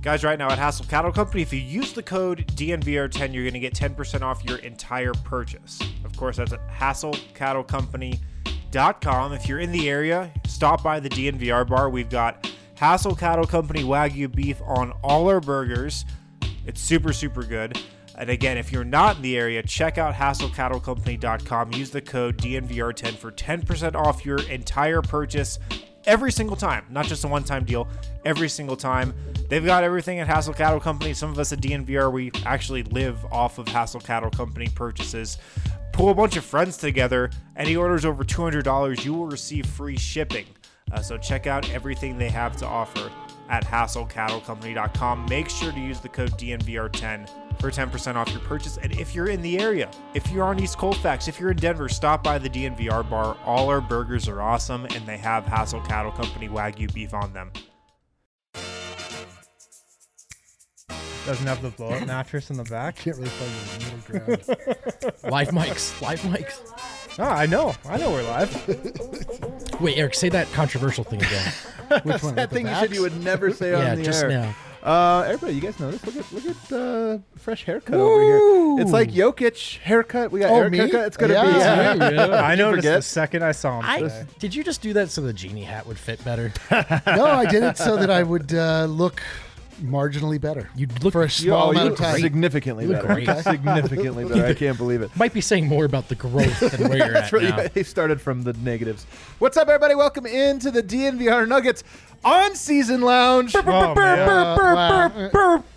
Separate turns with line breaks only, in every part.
Guys, right now at Hassel Cattle Company, if you use the code DNVR10, you're going to get 10% off your entire purchase. Of course, that's at hasselcattlecompany.com. If you're in the area, stop by the DNVR bar. We've got Hassel Cattle Company Wagyu beef on all our burgers. It's super, super good. And again, if you're not in the area, check out hasselcattlecompany.com. Use the code DNVR10 for 10% off your entire purchase every single time, not just a one time deal, every single time. They've got everything at Hassel Cattle Company. Some of us at DNVR, we actually live off of Hassel Cattle Company purchases. Pull a bunch of friends together, any orders over $200, you will receive free shipping. Uh, so check out everything they have to offer at hasselcattlecompany.com. Make sure to use the code DNVR10 for 10% off your purchase. And if you're in the area, if you're on East Colfax, if you're in Denver, stop by the DNVR bar. All our burgers are awesome, and they have Hassel Cattle Company Wagyu beef on them.
Doesn't have the blow up mattress in the back.
Can't really find the middle ground.
Live mics. Live mics.
Ah, I know. I know we're live.
Wait, Eric, say that controversial thing again.
Which one?
that
The
thing you said
vax?
you would never say
Yeah,
on the
just
air.
now.
Uh, everybody, you guys know this. Look at look at uh, fresh haircut over here. It's like Jokic haircut. We got
Oh,
Eric
me?
haircut. It's gonna
Yeah,
be.
yeah.
I noticed
forget?
the second I saw him.
I,
today.
did you just do that so the genie hat would fit better?
No, Oh, I did it so that I would uh, look marginally better.
You look
for a
you
small
Oh, you
amount of
look
time.
significantly
You look
better.
great.
Significantly better. I can't believe it.
might be saying more about the growth than where you're
That's
at
really
now.
they started from the negatives. What's up, everybody? Welcome into the DNVR Nuggets on season lounge.
Oh, man.
Uh,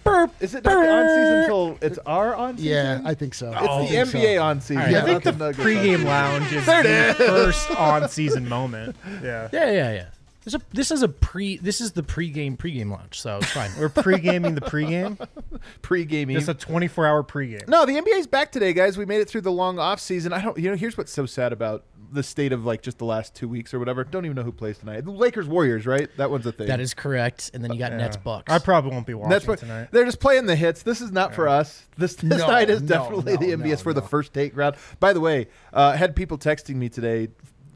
wow.
Is it not the on season till it's our on season?
Yeah, I think so.
It's the NBA on season.
Yeah.
I
I
think
not
the
Nuggets
pregame
on-
lounge is
There it
the
is.
first on season moment. Yeah.
Yeah, yeah, yeah. There's a, this is a pre. This is the pre-game pre-game launch, so it's fine.
We're pre-gaming the pregame.
Pre-gaming.
It's a 24-hour pregame.
No, the NBA's back today, guys. We made it through the long off season. I don't, you know, here's what's so sad about the state of like just the last two weeks or whatever. Don't even know who plays tonight. The Lakers, Warriors, right? That one's a thing.
that is correct. And then you got Nets Bucks.
I probably won't be watching
That's what
tonight.
they're just playing the hits. This is not for us. This, this
No,
night is
no,
definitely
no,
the NBS
no,
for the
no.
first take round. By the way, uh, I had people texting me today.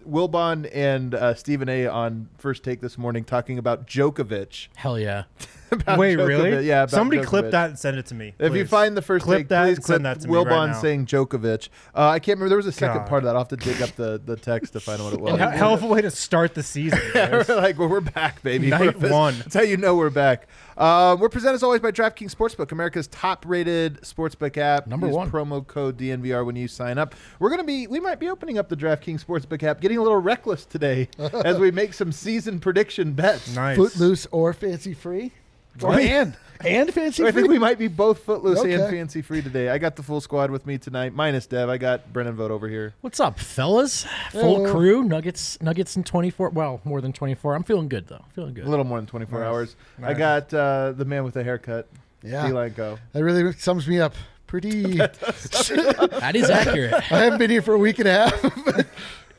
Wilbon and uh, Stephen A. on first take this morning talking about Djokovic.
Hell yeah.
About
Wait,
Djokovic.
really?
Yeah. about
Somebody
Djokovic.
clip that and send it to me.
If you
please.
find the first
clip
take,
that,
please
and
clip
send that to me
Wilbon
right now.
saying Djokovic. Uh, I can't remember. There was a second
God.
part of that. I'll have to dig up the, the text to find out what it
Hell-
was.
Hell of a way to start the season.
We're
guys.
like, well, we're back, baby.
Night
We're-
one.
That's how you know we're back. Uh, we're presented as always by DraftKings Sportsbook, America's top-rated sportsbook app.
Number
Use
one.
Promo code DNVR when you sign up. We're gonna be, we might be opening up the DraftKings Sportsbook app, getting a little reckless today as we make some season prediction bets.
nice.
Footloose or fancy free?
Oh, and
And fancy
I
free?
think we might be both footloose and
Okay.
fancy free today. I got the full squad with me tonight, minus Dev. I got Brennan Vote over here.
What's up, fellas? Full
Hello.
crew. Nuggets. Nuggets in 24. Well, more than 24. I'm feeling good though. Feeling good.
A little more than 24 hours. I
Nice.
got uh, the man with the haircut.
Yeah.
D-line go.
That really sums me up. Pretty.
That is accurate.
I haven't been here for a week and a half. but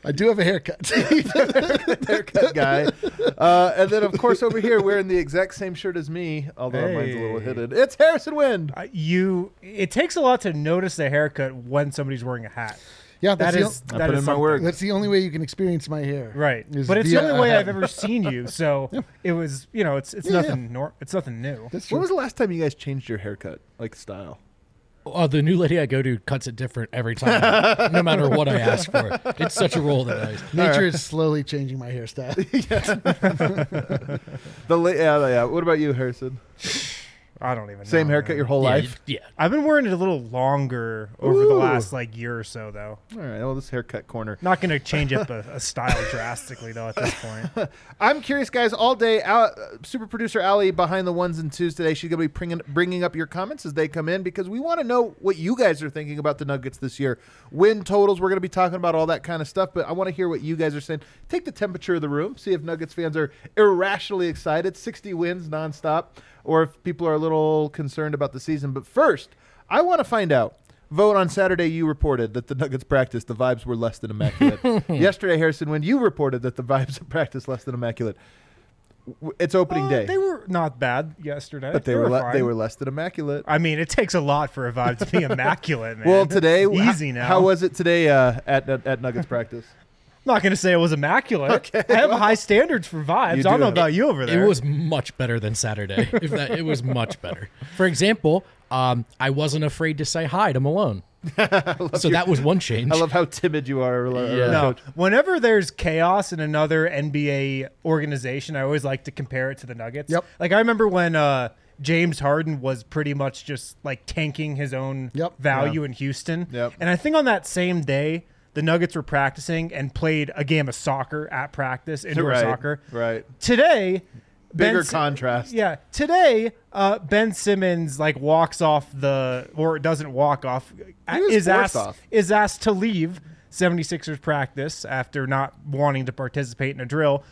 I do have a haircut.
haircut guy. Uh, and then, of course, over here, wearing the exact same shirt as me, although mine's a little
Hey.
hidden. It's Harrison Wind.
Uh, you. It takes a lot to notice the haircut when somebody's wearing a hat.
yeah, that's
That
the,
is.
I
that
put
is
in my
something.
work.
that's the only way you can experience my hair.
Right,
is
but it's the
via
only
a
way
hat.
I've ever seen you. So it was, you know, it's it's
Yeah, yeah.
nothing. Nor, it's nothing new.
That's true.
When was the last time you guys changed your haircut, like style?
Oh, the new lady I go to cuts it different every time, no matter what I ask for. It's such a roll that I.
Nature is slowly changing my hairstyle.
The la- yeah, yeah. What about you, Harrison?
I don't even.
Same
know,
haircut
man.
your whole
Yeah,
life?
you- yeah.
I've been wearing it a little longer over the
Ooh.
last like year or so, though.
All right. Well, this haircut corner.
Not going to change up a, a style drastically though at this point.
I'm curious, guys. All day, Al- uh, super producer Ali behind the ones and twos today. She's going to be bringing, bringing up your comments as they come in because we want to know what you guys are thinking about the Nuggets this year. Win totals. We're going to be talking about all that kind of stuff, but I want to hear what you guys are saying. Take the temperature of the room. See if Nuggets fans are irrationally excited, 60 wins nonstop, or if people are a little concerned about the season. But first, I want to find out. Vote on Saturday. You reported that the Nuggets practice the vibes were less than immaculate. Yesterday, Harrison, when you reported that the vibes of practice less than immaculate, W- it's opening
Uh,
day,
They were not bad yesterday,
but they, were, le- they
fine.
were less than immaculate.
I mean, it takes a lot for a vibe to be immaculate, man.
Well, today,
easy
h-
now.
How was it today uh, at, at at Nuggets practice?
not going to say it was immaculate. I have high standards for vibes. I
do
don't know
have-
about you over there.
It was much better than Saturday. if that, it was much better. For example, um, I wasn't afraid to say hi to Malone. so that was one change.
I love how timid you are. uh, Lo-
Yeah.
Lo-
No, whenever there's chaos in another NBA organization, I always like to compare it to the Nuggets.
Yep.
Like I remember when uh, James Harden was pretty much just like tanking his own
Yep.
value in Houston.
Yep.
And I think on that same day, the Nuggets were practicing and played a game of soccer at practice, indoor
Right,
soccer.
right.
Today,
Bigger
Ben Si-
contrast.
yeah. Today, uh, Ben Simmons like walks off the or doesn't walk off.
was
Is
forced
asked
off.
is asked to leave 76ers practice after not wanting to participate in a drill.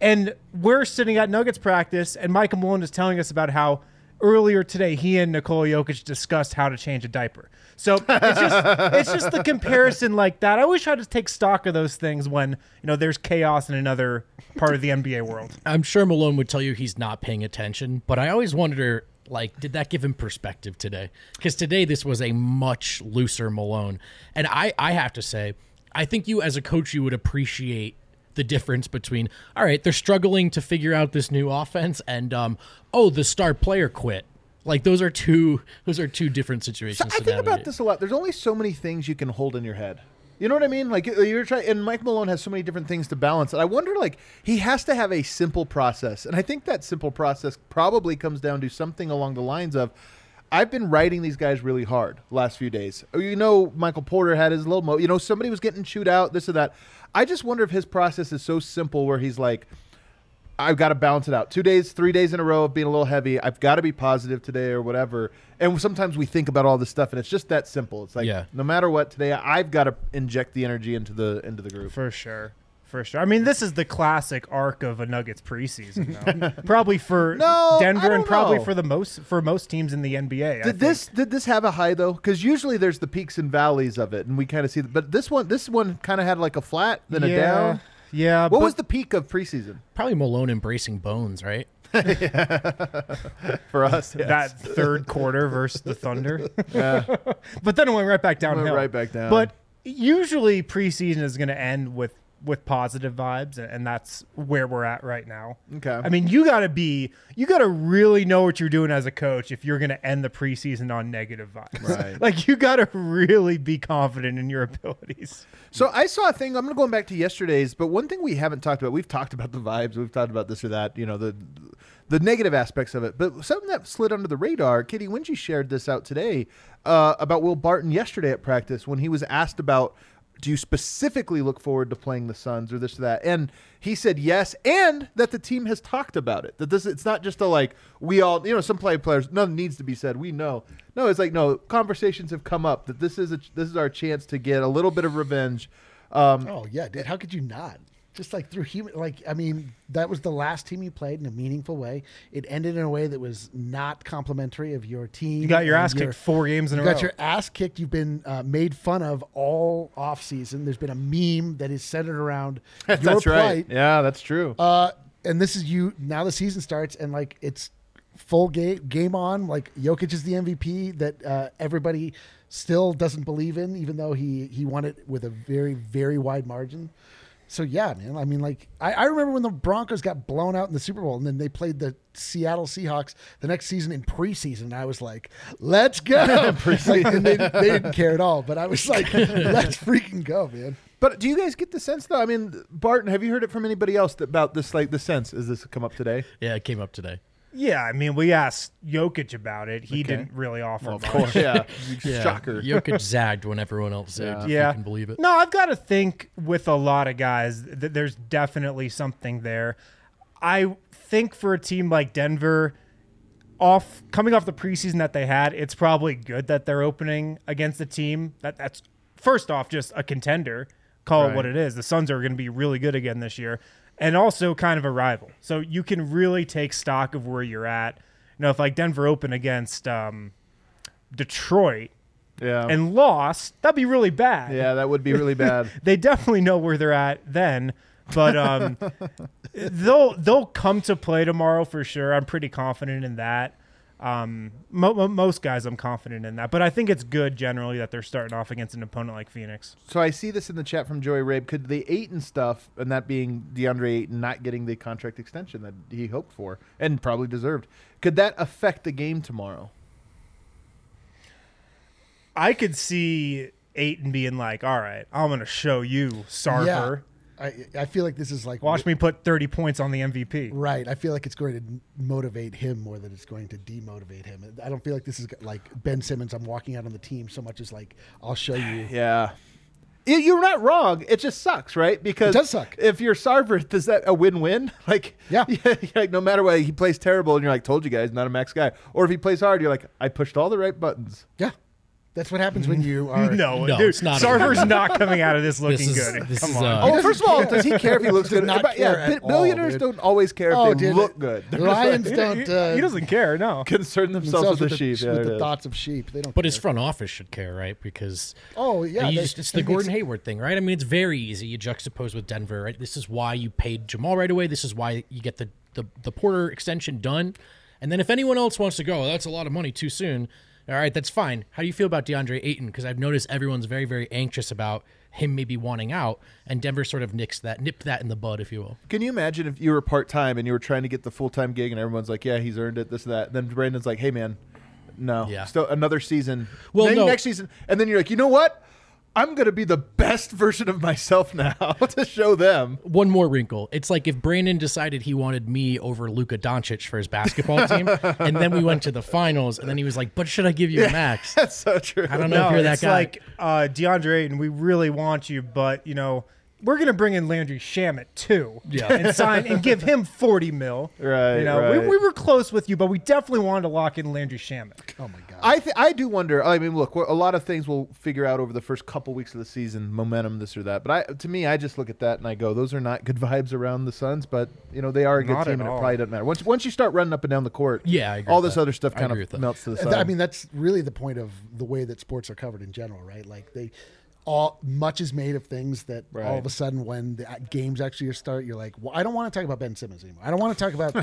And we're sitting at Nuggets practice, and Michael Malone is telling us about how earlier today he and Nicole Jokic discussed how to change a diaper. So it's just it's just the comparison like that. I always try to take stock of those things when you know there's chaos in another part of the NBA world.
I'm sure Malone would tell you he's not paying attention, but I always wonder like did that give him perspective today? Cuz today this was a much looser Malone. And I I have to say, I think you as a coach you would appreciate the difference between all right, they're struggling to figure out this new offense and um oh, the star player quit. Like those are two those are two different situations.
I
to
think about
navigate.
this a lot. There's only so many things you can hold in your head. You know what I mean? Like you're trying, and Mike Malone has so many different things to balance. And I wonder, like, he has to have a simple process. And I think that simple process probably comes down to something along the lines of, I've been writing these guys really hard last few days. Oh, You know, Michael Porter had his little mo. You know, somebody was getting chewed out, this or that. I just wonder if his process is so simple where he's like, I've got to balance it out. Two days, three days in a row of being a little heavy. I've got to be positive today or whatever. And sometimes we think about all this stuff, and it's just that simple. It's like
Yeah.
no matter what today, I've got to inject the energy into the into the group.
For sure. For sure. I mean, this is the classic arc of a Nuggets preseason, though. probably for
No, I
Denver
don't
and probably
know.
for the most for most teams in the NBA. I
Did
think.
this did this have a high though? Because usually there's the peaks and valleys of it, and we kind of see. The, but this one, this one kind of had like a flat, then
yeah,
a down.
Yeah.
What
but
was the peak of preseason
Probably Malone embracing bones, right?
for us? Yes.
that third quarter versus the Thunder? but then it went right back downhill.
right back down.
But usually preseason is going to end with with positive vibes, and- and that's where we're at right now.
Okay.
I mean, you got to be, you got to really know what you're doing as a coach if you're going to end the preseason on negative vibes.
Right.
like, you got to really be confident in your abilities.
So I saw a thing. I'm going to go back to yesterday's, but one thing we haven't talked about. We've talked about the vibes. We've talked about this or that. You know the the negative aspects of it. But something that slid under the radar. Kitty Wingy shared this out today uh, about Will Barton yesterday at practice when he was asked about. Do you specifically look forward to playing the Suns or this or that? And he said yes, and that the team has talked about it. That this it's not just a like we all you know some play players nothing needs to be said. We know no, it's like no conversations have come up that this is a this is our chance to get a little bit of revenge. Um,
Oh yeah, dude. How could you not? Just like through human, like I mean, that was the last team you played in a meaningful way. It ended in a way that was not complimentary of your team.
You got your
and
ass kicked four games in
You
a
got
row.
your ass kicked. You've been uh, made fun of all off season. There's been a meme that is centered around your plight.
Yeah, that's true.
Uh, and this is you now. The season starts, and like it's full game game on. Like Jokic is the MVP that uh, everybody still doesn't believe in, even though he he won it with a very very wide margin. So yeah, man. I mean, like I, I remember when the Broncos got blown out in the Super Bowl, and then they played the Seattle Seahawks the next season in preseason. And I was like, "Let's go!" Like, and they, they didn't care at all, but I was like, "Let's freaking go, man."
but do you guys get the sense though? I mean, Barton, have you heard it from anybody else that, about this? Like the sense is this come up today?
Yeah, it came up today.
Yeah, I mean, we asked Jokic about it. He didn't really offer much.
yeah,
Yeah.
shocker.
Jokic zagged when everyone else zagged. if
yeah.
You can believe it.
No, I've got to think with a lot of guys that there's definitely something there. I think for a team like Denver, off coming off the preseason that they had, it's probably good that they're opening against a team that that's first off just a contender. Call it what it is. The Suns are going to be really good again this year, and also kind of a rival. So you can really take stock of where you're at. You know, if like Denver open against um, Detroit
Yeah,
Oh.
and lost, that'd be really bad
yeah, that would be really bad.
they definitely know where they're at then. But um, they'll they'll come to play tomorrow for sure. I'm pretty confident in that. Um, mo- mo- most guys, I'm confident in that, but I think it's good generally that they're starting off against an opponent like Phoenix.
So I see this in the chat from Joey Rabe. Could the Aiton stuff, and that being DeAndre Ayton not getting the contract extension that he hoped for and probably deserved, could that affect the game tomorrow?
I could see Aiton being like, "All right, I'm gonna show you, Sarver.
Yeah. I, I feel like this is like
Watch me put 30 points on the MVP."
Right. I feel like it's going to motivate him more than it's going to demotivate him. I don't feel like this is like Ben Simmons. I'm walking out on the team so much as like I'll show you.
Yeah. Y- You're not wrong. It just sucks, right? Because
does suck.
If you're Sarver, is that a win-win? Like,
Yeah.
like no matter what, he plays terrible, and you're like, "Told you guys, not a max guy." Or if he plays hard, you're like, "I pushed all the right buttons."
Yeah, that's what happens when you are.
No,
No,
dude,
it's not a-
Sarver's not coming out of this looking
This is
good.
this
Come
is
on.
uh,
Oh,
doesn't
first of all,
care.
does he care if he looks
Does
good?
not
But
care
yeah,
at
bi- billionaires
all, dude.
don't always care if
Oh,
they
dude,
look
the-
good.
the
They're just,
Lions
like,
don't. Uh,
he doesn't care. No,
concern themselves,
themselves
with the
with
sheep. Yeah,
with
it
the
is.
thoughts of sheep. They don't.
But his
care.
front office should care, right? Because
Oh, yeah,
you
they-
just- it's the
it
Gordon
makes-
Hayward thing, right? I mean, it's very easy. You juxtapose with Denver, right? This is why you paid Jamal right away. This is why you get the the, the Porter extension done. And then if anyone else wants to go, "Oh, that's a lot of money too soon. All right, that's fine. How do you feel about DeAndre Ayton? Because I've noticed everyone's very very anxious about him maybe wanting out, and Denver sort of nicks that, nipped that in the bud, if you will.
Can you imagine if you were part time and you were trying to get the full time gig, and everyone's like, "Yeah, he's earned it, this and that." then Brandon's like, "Hey, man, no,
Yeah.
still another season.
Well,
Maybe
no.
next season." And then you're like, "You know what? I'm gonna be the best version of myself now to show them."
one more wrinkle. It's like if Brandon decided he wanted me over Luka Doncic for his basketball team, and then we went to the finals, and then he was like, "But should I give you a max?"
That's so true.
I don't know if you're that
it's
guy.
like uh, DeAndre Ayton. We really want you, but you know we're gonna bring in Landry Shamit too,
Yeah.
and sign and give him forty mil.
Right,
You know,
right.
We, we were close with you, but we definitely wanted to lock in Landry Shamit.
Oh my god.
I th- I do wonder. I mean, look, we're- a lot of things we'll figure out over the first couple weeks of the season, momentum, this or that. But I, to me, I just look at that and I go, those are not good vibes around the Suns. But you know, they are a good
Not
team,
at
and it
all.
probably doesn't matter. Once once you start running up and down the court,
Yeah, I agree
all
with
this
that.
other stuff
I
kind
agree with
of
that.
melts to the
Th-
side.
I mean, that's really the point of the way that sports are covered in general, right? Like they all much is made of things that all
Right.
of a sudden when the uh, games actually start you're like well, i don't want to talk about ben simmons anymore i don't want to talk about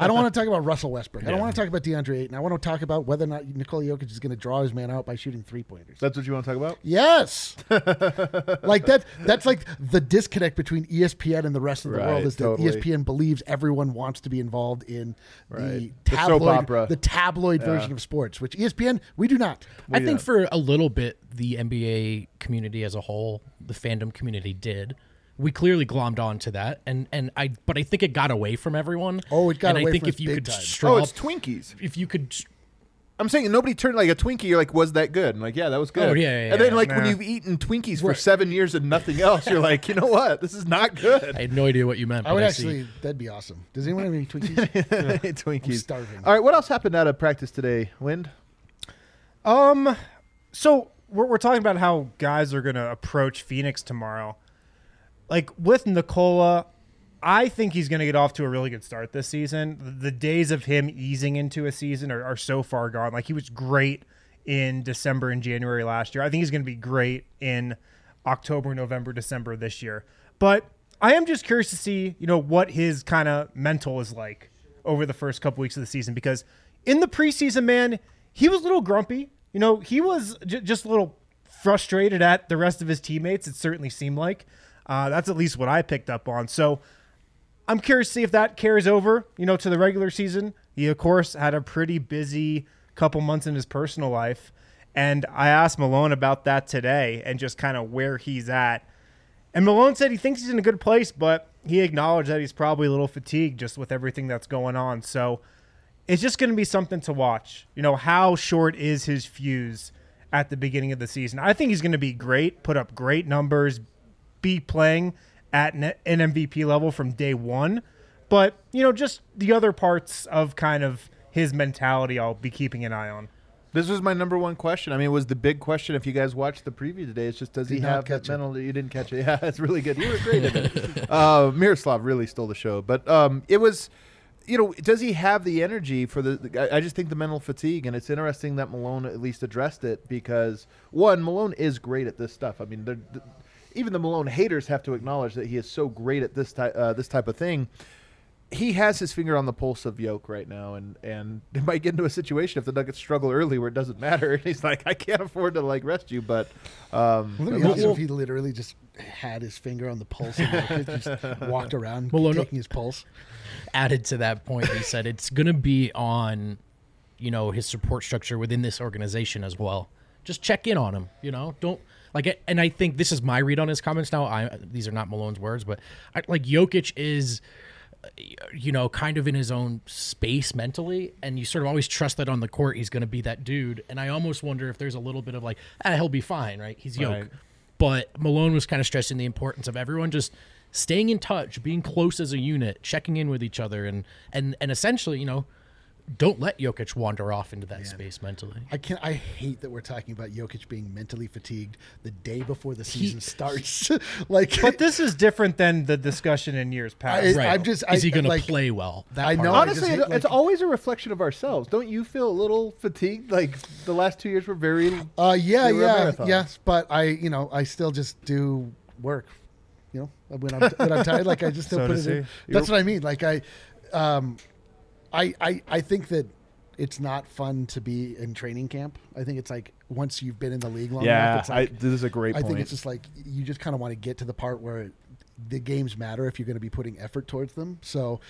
i don't want to talk about russell westbrook i don't want to talk about deandre ayton i want to talk about whether or not nikola jokic is going to draw his man out by shooting three pointers
that's what you want to talk about.
Yes. like that that's like the disconnect between E ESPN and the rest of the
Right,
world is that E
totally.
ESPN believes everyone wants to be involved in the
Right. The soap
tabloid
opera.
the tabloid version of sports, which E ESPN we do not.
I think for a little bit, the NBA community as a whole, the fandom community, did. We clearly glommed on to that, and and I, but I think it got away from everyone.
Oh, it got
and I
away
think
from
if
us
you
big
could
time.
straw,
Oh, it's Twinkies.
if you could
I'm saying nobody turned like a Twinkie. You're like, was that good? And like, yeah, that was good.
Oh, yeah, yeah,
and then
yeah.
like when
Nah.
you've eaten Twinkies for seven years and nothing else, you're like, you know what? This is not good.
I had no idea what you meant.
I
but
would
see.
actually that'd be awesome. Does anyone have any tweets?
Twinkies.
starving.
All right, what else happened out of practice today? Wind.
Um, so we're, we're talking about how guys are gonna approach Phoenix tomorrow. Like with Nicola, I think he's gonna get off to a really good start this season. The- The days of him easing into a season are, are so far gone. Like he was great in December and January last year. I think he's gonna be great in October, November, December this year. But I am just curious to see, you know, what his kind of mental is like over the first couple weeks of the season because in the preseason, man, he was a little grumpy. You know, he was j- just a little frustrated at the rest of his teammates. It certainly seemed like uh, that's at least what I picked up on. So I'm curious to see if that carries over, you know, to the regular season. He of course had a pretty busy couple months in his personal life, and I asked Malone about that today and just kind of where he's at. And Malone said he thinks he's in a good place, but he acknowledged that he's probably a little fatigued just with everything that's going on. So it's just going to be something to watch. You know, how short is his fuse at the beginning of the season? I think he's going to be great, put up great numbers, be playing at an an MVP level from day one. But, you know, just the other parts of kind of his mentality, I'll be keeping an eye on.
This was my number one question. I mean, it was the big question. If you guys watched the preview today, it's just does he
not
have that
catch it.
mental? You didn't catch it. Yeah, it's really good. You were great. at it. Uh, Miroslav really stole the show, but um, it was. You know, does he have the energy for the? the I I just think the mental fatigue, and it's interesting that Malone at least addressed it because one, Malone is great at this stuff. I mean, they're, th- even the Malone haters have to acknowledge that he is so great at this type uh, this type of thing he has his finger on the pulse of Yoke right now, and and they might get into a situation if the Nuggets struggle early where it doesn't matter. And he's like, I can't afford to like rest you, but um,
Let me
but-
ask you if he literally just had his finger on the pulse and like, just walked around
Malone-
taking his pulse.
added to that point he said it's going to be on you know his support structure within this organization as well just check in on him you know don't like and i think this is my read on his comments now i these are not malone's words but I, like jokic is you know kind of in his own space mentally and you sort of always trust that on the court he's going to be that dude and i almost wonder if there's a little bit of like ah, he'll be fine right he's yoke
Right.
but Malone was kind of stressing the importance of everyone just staying in touch, being close as a unit, checking in with each other, and and and essentially, you know, don't let Jokic wander off into that space mentally.
I can I hate that we're talking about Jokic being mentally fatigued the day before the season starts. like
But this is different than the discussion in years past.
I- I'm just-
Is
I-
he going
like-
to play well? That
I
part-
know
Honestly,
I just
it-
hate,
it's
like-
always a reflection of ourselves. Don't you feel a little fatigued? Like the last two years were very.
Uh, yeah,
They were a
yeah,
marathon.
yes. But I, you know, I still just do work. You know, when I'm when I'm tired, like I just still
So
put
does
it in.
he.
That's what I mean. Like I, um, I, I, I think that it's not fun to be in training camp. I think it's like once you've been in the league long enough, it's like
this is a great
I think it's just like you just kind of want to get to the part where the games matter if you're going to be putting effort towards them. So,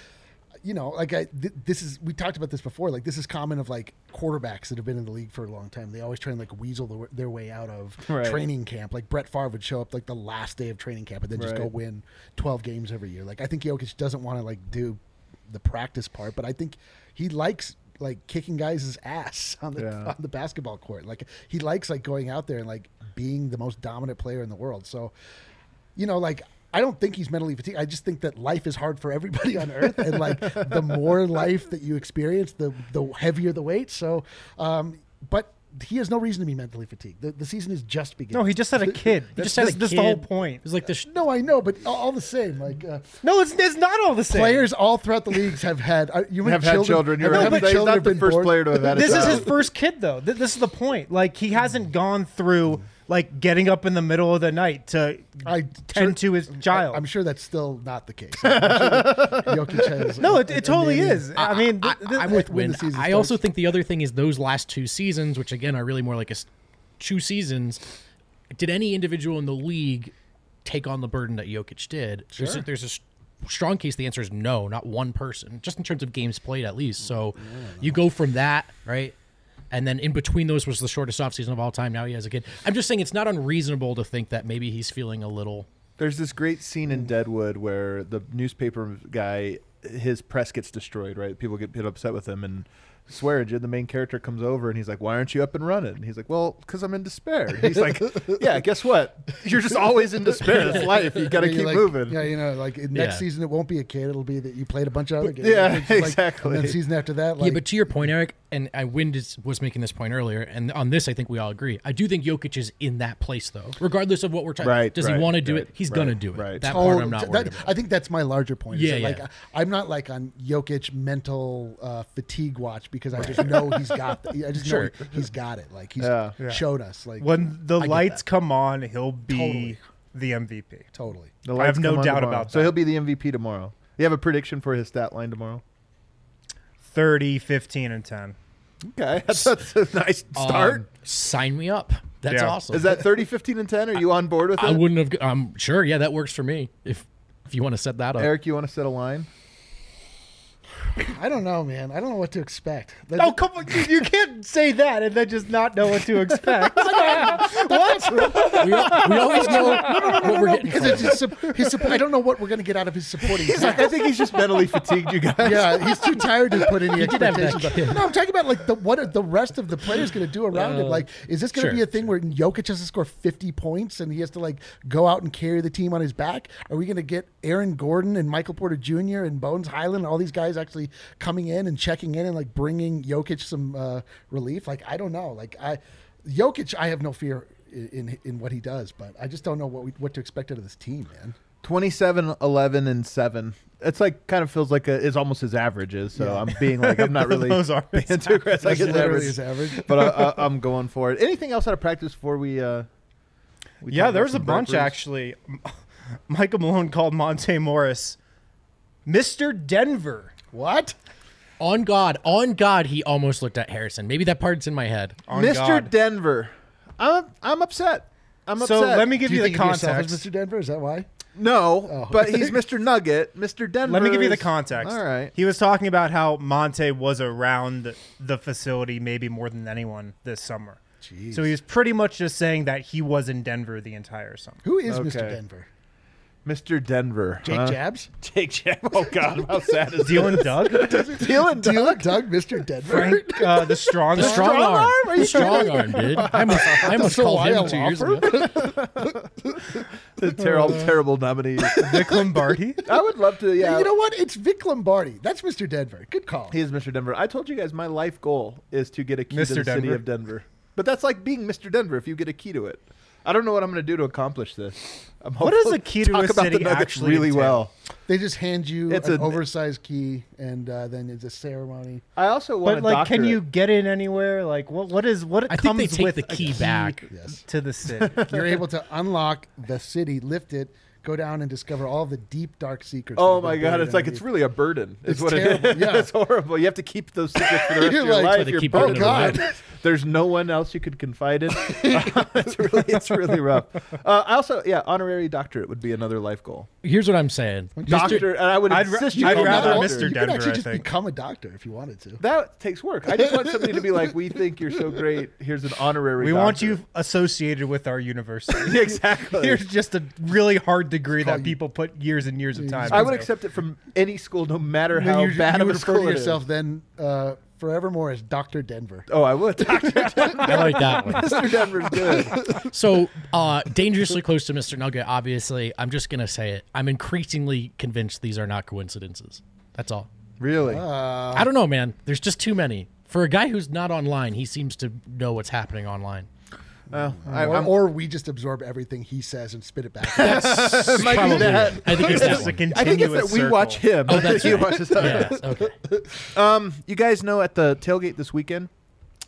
you know, like I th- this is we talked about this before. Like this is common of like quarterbacks that have been in the league for a long time. They always try and like weasel the, their way out of
Right.
training camp. Like Brett Favre would show up like the last day of training camp and then just go
Right.
win 12 games every year. Like I think Jokic doesn't want to like do the practice part, but I think he likes like kicking guys' ass on the
Yeah.
on the basketball court. Like he likes like going out there and like being the most dominant player in the world. So, you know, like I don't think he's mentally fatigued. I just think that life is hard for everybody on earth, and like the more life that you experience, the the heavier the weight. So, um, but he has no reason to be mentally fatigued. The, the season is just beginning.
no, he just had a kid.
He
That's,
just had
this,
a
this is the whole
kid.
point. Uh,
It was like the sh-
No, I know, but all, all the same, like. Uh,
No, it's, it's not all the same.
Players all throughout the leagues have had uh, you
have had children. You're
have
right.
had
He's
children
not
have
the
been
first
born.
player to have had a
this is
child.
his first kid though Th- this is the point like he hasn't gone through like getting up in the middle of the night to
I
tend to his child
I, am sure that's still not the case. I'm sure that Jokic has
no
a-
it,
a
it totally
nanny.
is i mean th- th-
I'm with
when
Win.
the season
I also think the other thing is those last two seasons, which again are really more like a s- two seasons. Did any individual in the league take on the burden that Jokic did? There's a, there's a s- strong case. The answer is no, not one person, just in terms of games played at least. So you go from that right. And then in between those was the shortest offseason of all time. Now he has a kid. I'm just saying it's not unreasonable to think that maybe he's feeling a little
There's this great scene in Deadwood where the newspaper guy, his press gets destroyed, right? People get, get upset with him, and Swearingen, the main character, comes over and he's like, "Why aren't you up and running?" And he's like, "Well, because I'm in despair." And he's like, "Yeah, guess what? You're just always in despair. It's life. You got to
Yeah, you're
keep
like-
moving."
Yeah, you know, like in next
Yeah.
season it won't be a kid; it'll be that you played a bunch of other games.
yeah,
It's like-
exactly.
And then season after that, like,
yeah, but to your point, Eric, and I Wind is, was making this point earlier, and on this I think we all agree. I do think Jokic is in that place though, regardless of what we're talking.
Right,
Does
right,
he want to do
right,
it? He's
right,
gonna do it.
right.
That
Oh,
part I'm not
that-
worried about.
I think that's my larger point. is
Yeah,
that,
yeah.
Like I'm not like on Jokic mental uh, fatigue watch because I just know he's got. The, I just
Sure.
know he's got it. Like he's
Yeah.
Yeah.
showed us. Like
when the
get
lights come on he'll be
Totally.
the mvp
totally.
The
I
lights
have no
come on
doubt
tomorrow.
about
So
that.
he'll be the MVP tomorrow. You have a prediction for his stat line tomorrow?
30 15 and 10
Okay, that's, that's a nice
Um,
start.
sign me up. That's
Yeah.
awesome.
Is that 30, 15, and 10? Are you on board with it?
I wouldn't have. I'm um, sure. Yeah, that works for me. If if you want to set that up,
Eric, you want to set a line?
I don't know, man. I don't know what to expect. That-
oh come on you, you can't say that and then just not know what to expect
we, we always know what we're getting.
Because
from.
it's his, sup- his sup- I don't know what we're going to get out of his supporting
He's like, I think he's just mentally fatigued, you guys.
Yeah, he's too tired to put any
did have that
expectations.
kid.
on- No, I'm talking about like the what are the rest of the players going to do around him.
Uh,
Like, is this going to
sure,
be a thing where Jokic has to score 50 points and he has to like go out and carry the team on his back? Are we going to get Aaron Gordon and Michael Porter Jr. and Bones Highland, all these guys actually coming in and checking in and like bringing Jokic some uh, relief? Like, I don't know. Like, I Jokic, I have no fear. in- In, in what he does, but I just don't know what we, what to expect out of this team, man.
27, 11, and 7. It's like, kind of feels like a, it's almost his averages. So I'm being like, I'm not really
Those are his
being too aggressive. Like
That's
his
literally
average.
his average.
But I, I, I'm going for it. Anything else out of practice before we. Uh, we talk
yeah
about
there's a
some
bunch
burpees?
actually michael malone called monte morris Mr. Denver.
What?
On God, on God, he almost looked at Harrison. Maybe that part's in my head.
On
Mr.
God.
Denver. I'm I'm upset. I'm
So
upset.
let me give
Do
you,
you
the
think of yourself as
context.
Mr. Denver? Is that why?
No, but he's Mr. Nugget. Mr. Denver.
Let me give you the
is-
context.
All right.
He was talking about how Monte was around the facility maybe more than anyone this summer. So he was pretty much just saying that he was in Denver the entire summer.
Who is Mr.
Okay.
Denver?
Mr. Denver.
Jake
huh?
Jabs?
Jake Jab. Oh God, how sad is
Deal and Doug?
Dylan Doug.
Dylan Doug, Mr. Denver.
Frank, uh, the strong
The strong,
strong
arm.
arm? Are you
The strong arm, dude. I almost, I almost
So
called
why
him
a
two years
law
ago.
The terrible, terrible nominee.
Vic Lombardi.
I would love to. Yeah.
You know what? It's Vic Lombardi. That's Mr. Denver. Good call.
he is Mr. Denver. I told you guys my life goal is to get a key to
Mr.
the city
Denver.
of Denver. But that's like being Mr. Denver if you get a key to it. I don't know what I'm going to do to accomplish this. I'm
What does
hopeful-
a key to
talk
a
about
city
the Nuggets
actually
really
entail?
well?
They just hand you
It's
an
a-
oversized key, and uh, then it's a ceremony.
I also
But
want. a
like, can
doctorate.
you get in anywhere? Like, what what is what
I think
comes
they take
with
the
a
key back.
Yes.
to the city?
You're able to unlock the city, lift it, go down, and discover all the deep, dark secrets.
Oh
that have
my
been
god,
buried
it's like it's
underneath.
really a burden. It's
It's
what it is.
terrible, yeah.
it's horrible. You have to keep those secrets for the rest
You're
of your
like-
life.
They
You're
keep
broke.
it
Oh God!
There's no one else you could confide in. it's really, it's really rough. Uh, I also, yeah, honorary doctorate would be another life goal.
Here's what I'm saying. Mr.
Doctor, and I would
I'd ra-
insist you.
I'd
call me
rather
doctor.
Mr.
You could
Denver,
actually
I
just
think.
become a doctor if you wanted to.
That takes work. I just want somebody to be like, "We think you're so great. Here's an honorary."
we want
doctorate."
you associated with our university.
Yeah, exactly.
Here's just a really hard degree
Call
that
you-
people put years and years of time.
I would
into.
accept it from any school, no matter
And then
how
you,
bad
you
of
would
a
refer
school
to
it is.
yourself then uh, forevermore as Doctor Denver.
Oh, I would. Doctor
I like that one.
Mr. Denver's good.
So, uh, dangerously close to Mr. Nugget. Obviously, I'm just gonna say it. I'm increasingly convinced these are not coincidences. That's all.
Really?
I don't know, man. There's just too many. For a guy who's not online, he seems to know what's happening online.
Well, I,
Or,
I'm
or we just absorb everything he says and spit it back. out.
It might be
Probably.
that.
I think
It's
it's that
just a
one.
I think it's
continuous
that we watch
circle.
him.
Oh, that's
you
right.
watch us.
Yeah. Okay.
Um, you guys know at the tailgate this weekend,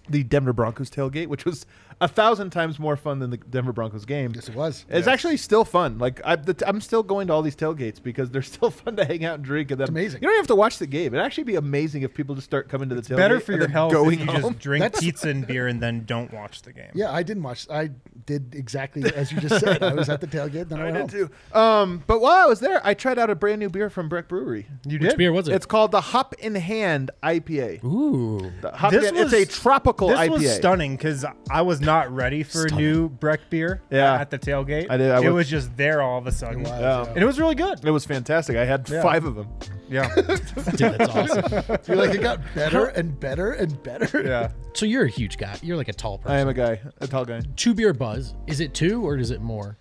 the Denver Broncos tailgate, which was a thousand times more fun than the Denver Broncos game.
yes, it was.
It's actually still fun. Like I, the, I'm still going to all these tailgates because they're still fun to hang out and drink. And then
amazing.
You don't have to watch the game. It'd actually be amazing if people just start coming to the tailgate.
Better for
and
your
then
health
Going
if you
home.
just drink
That's-
pizza and beer and then don't watch the game.
Yeah, I didn't watch. I did exactly as you just said. I was at the tailgate. Then I,
I
went
did
home.
too. Um, but while I was there, I tried out a brand new beer from Breck Brewery.
You
Which
did.
beer was it?
It's called the Hop in Hand IPA.
Ooh.
The Hop
This
in,
was-
it's a tropical
this
IPA.
was stunning because I was not ready for a new Breck beer
Yeah.
at the tailgate.
I did- I
it
would-
was just there all of a sudden.
Wow,
Yeah.
And it was really good.
It was fantastic. I had five of them.
Yeah.
Dude, that's awesome.
So you're like it got better and better and better.
yeah.
So you're a huge guy. You're like a tall person.
I am a guy, a tall guy.
two beer buzz. Is it two or is it more?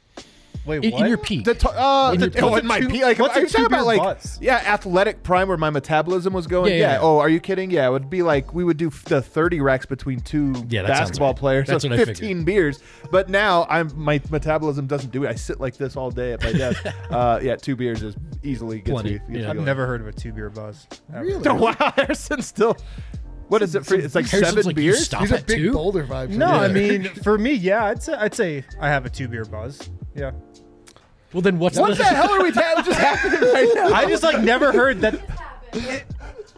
Wait,
In,
what?
in your peak.
The t- uh,
In
the,
your-
oh,
what's
in
a
my
two-
peak. Like,
what's
are
a
you talking
two-beer
about like
buzz?
yeah, athletic prime where my metabolism was going?
Yeah, yeah, yeah.
Oh, are you kidding? Yeah, it would be like we would do f- the thirty racks between two
Yeah, that sounds
basketball
right.
players.
That's
so
what I figured.
fifteen beers. But now I'm my metabolism doesn't do it. I sit like this all day at my desk. uh, yeah, two beers is easily gets
Plenty,
me. Gets me
yeah.
I've
going.
never heard of a two beer buzz. ever.
Really?
Oh, wow, Harrison's still. What is it for? It's like
Harrison's
seven
like, you
beers.
stop
These are
at
big
two?
Boulder vibes.
No,
right
I
there.
mean for me, yeah, I'd say I'd say I have a two beer buzz. Yeah.
Well, then what's
What the hell are we? Ta- just happening right now?
I just like never heard that.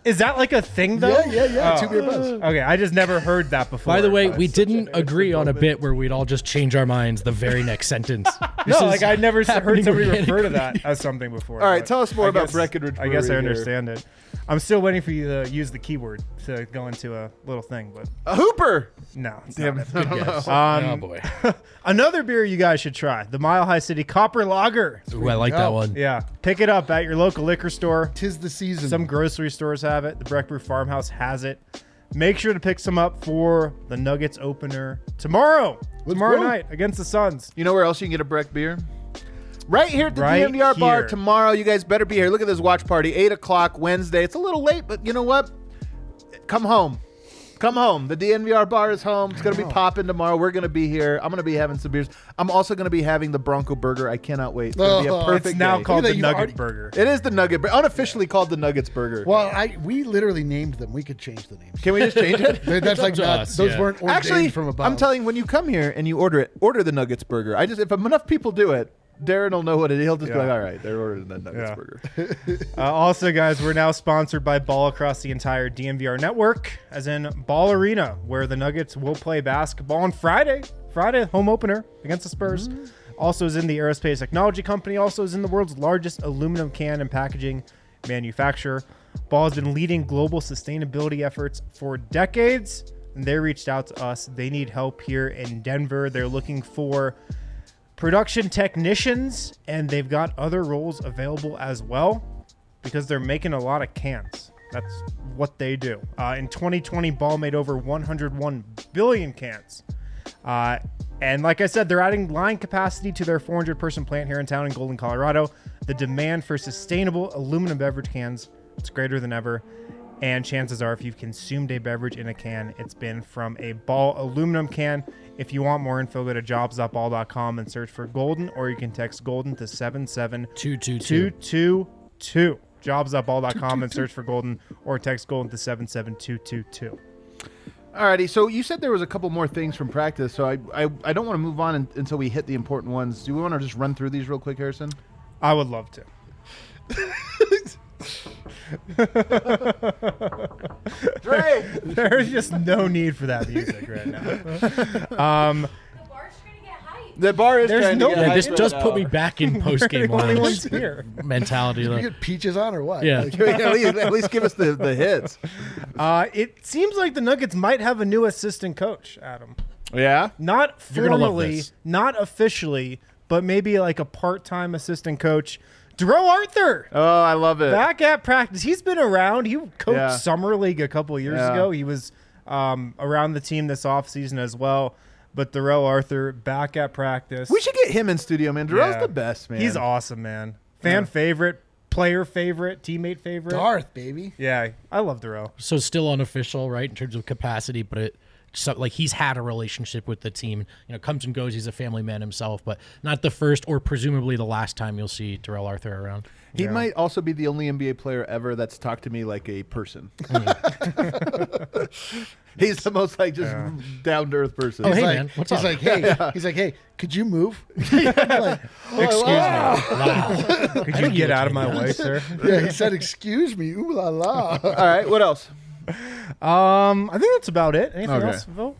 Is that like a thing though?
yeah, yeah, yeah.
Oh.
Two beer buzz.
Okay, I just never heard that before.
By the way,
Uh,
we didn't
interesting
agree on a
moment.
bit where we'd all just change our minds the very next sentence. This
no,
is
like I never s-
happening
heard somebody refer to
organically.
that as something before.
All right,
but
tell us more
I
about
guess-
Breckenridge
I guess I
Brewery here.
understand it. I'm still waiting for you to use the keyword to go into a little thing, but
A Hooper.
no. it's
Damn
not
it.
it.
I don't know.
Yes.
Um,
oh boy,
Another beer you guys should try: the Mile High City Copper Lager.
Ooh, I like that
go.
one.
oh, Yeah, pick it up at your local liquor store.
Tis the season.
Some grocery stores have it. The Breck Brew Farmhouse has it. Make sure to pick some up for the Nuggets opener tomorrow. tomorrow
go.
night against the Suns.
You know where else you can get a Breck beer? Right here at the
Right
DMDR bar
here.
tomorrow. You guys better be here. Look at this watch party, eight o'clock Wednesday. It's a little late, but you know what? Come home. Come home. The DNVR bar is home. It's
Oh.
going to be popping tomorrow. We're going to be here. I'm going to be having some beers. I'm also going to be having the Bronco Burger. I cannot wait. It's going to be
Oh,
a
it's
perfect
Uh-huh. It's now
day.
called
that,
the
you've
Nugget
already-
Burger.
It is the Nugget, but unofficially called the Nuggets Burger.
well, I we literally named them. We could change the names.
Can we just change it?
They- That's like
to
not,
us,
those
yeah.
weren't ordained
Actually,
from above.
I'm telling you, when you come here and you order it, order the Nuggets Burger. I just if enough people do it, Darren will know what it is. He'll just be
Yeah.
like, all right, they're ordering that Nuggets
Yeah.
burger.
Uh, also, guys, we're now sponsored by Ball across the entire DMVR network, as in Ball Arena, where the Nuggets will play basketball on Friday. Friday, home opener against the Spurs.
Mm-hmm.
Also is in the aerospace technology company. Also is in the world's largest aluminum can and packaging manufacturer. Ball has been leading global sustainability efforts for decades, and they reached out to us. They need help here in Denver. They're looking for production technicians, and they've got other roles available as well because they're making a lot of cans. That's what they do. Uh, in 2020, Ball made over 101 billion cans. Uh, and like I said, they're adding line capacity to their 400 person plant here in town in Golden, Colorado. The demand for sustainable aluminum beverage cans is greater than ever. And chances are, if you've consumed a beverage in a can, it's been from a ball aluminum can. If you want more info, go to jobs.ball.com and search for Golden, or you can text Golden to 77
Two, two, two.
222. Jobs.ball.com and search for Golden or text Golden to 77222.
Alrighty, so you said there was a couple more things from practice, so I I, I don't want to move on un- until we hit the important ones. Do we want to just run through these real quick, Harrison?
I would love to.
Dre!
There's just no need for that music right now.
The bar's trying to get hype.
the bar is
There's
trying
no-
to get
Yeah,
hyped
this
right
does
now.
put me back in post game
Anyone's
lounge
here.
mentality.
You
Though.
get peaches on or what?
Yeah.
Like,
at, least, at least give us the, the hits.
Uh, it seems like the Nuggets might have a new assistant coach, Adam.
Yeah?
Not
You're gonna love
formally,
this.
not officially, but maybe like a part time assistant coach. Dro Arthur
Oh, I love it.
back at practice. He's been around. He coached
Yeah.
summer league a couple years
Yeah.
ago. He was um, around the team this offseason as well. But Darrell Arthur back at practice.
we should get him in studio, man. Darrell's
Yeah.
the best, man.
He's awesome, man. Fan favorite, player favorite, teammate favorite.
Darth, baby.
Yeah, I love Darrell.
So still unofficial, right, in terms of capacity, but it so, like he's had a relationship with the team. You know, comes and goes. He's a family man himself, but not the first or presumably the last time you'll see Darrell Arthur around.
He might also be the only NBA player ever that's talked to me like a person.
Mm.
He's the most like just down to earth person.
Oh, hey,
He's like,
man, what's
he's
up?
like, hey, he's like, hey, could you move? Like,
Excuse me. Wow.
Could
I
you
think he
get
looks
out of my
pretty
way, sir?
yeah, he said, excuse me, ooh la la.
All right, what else?
Um, I think that's about it. Anything
Okay.
else, Phil?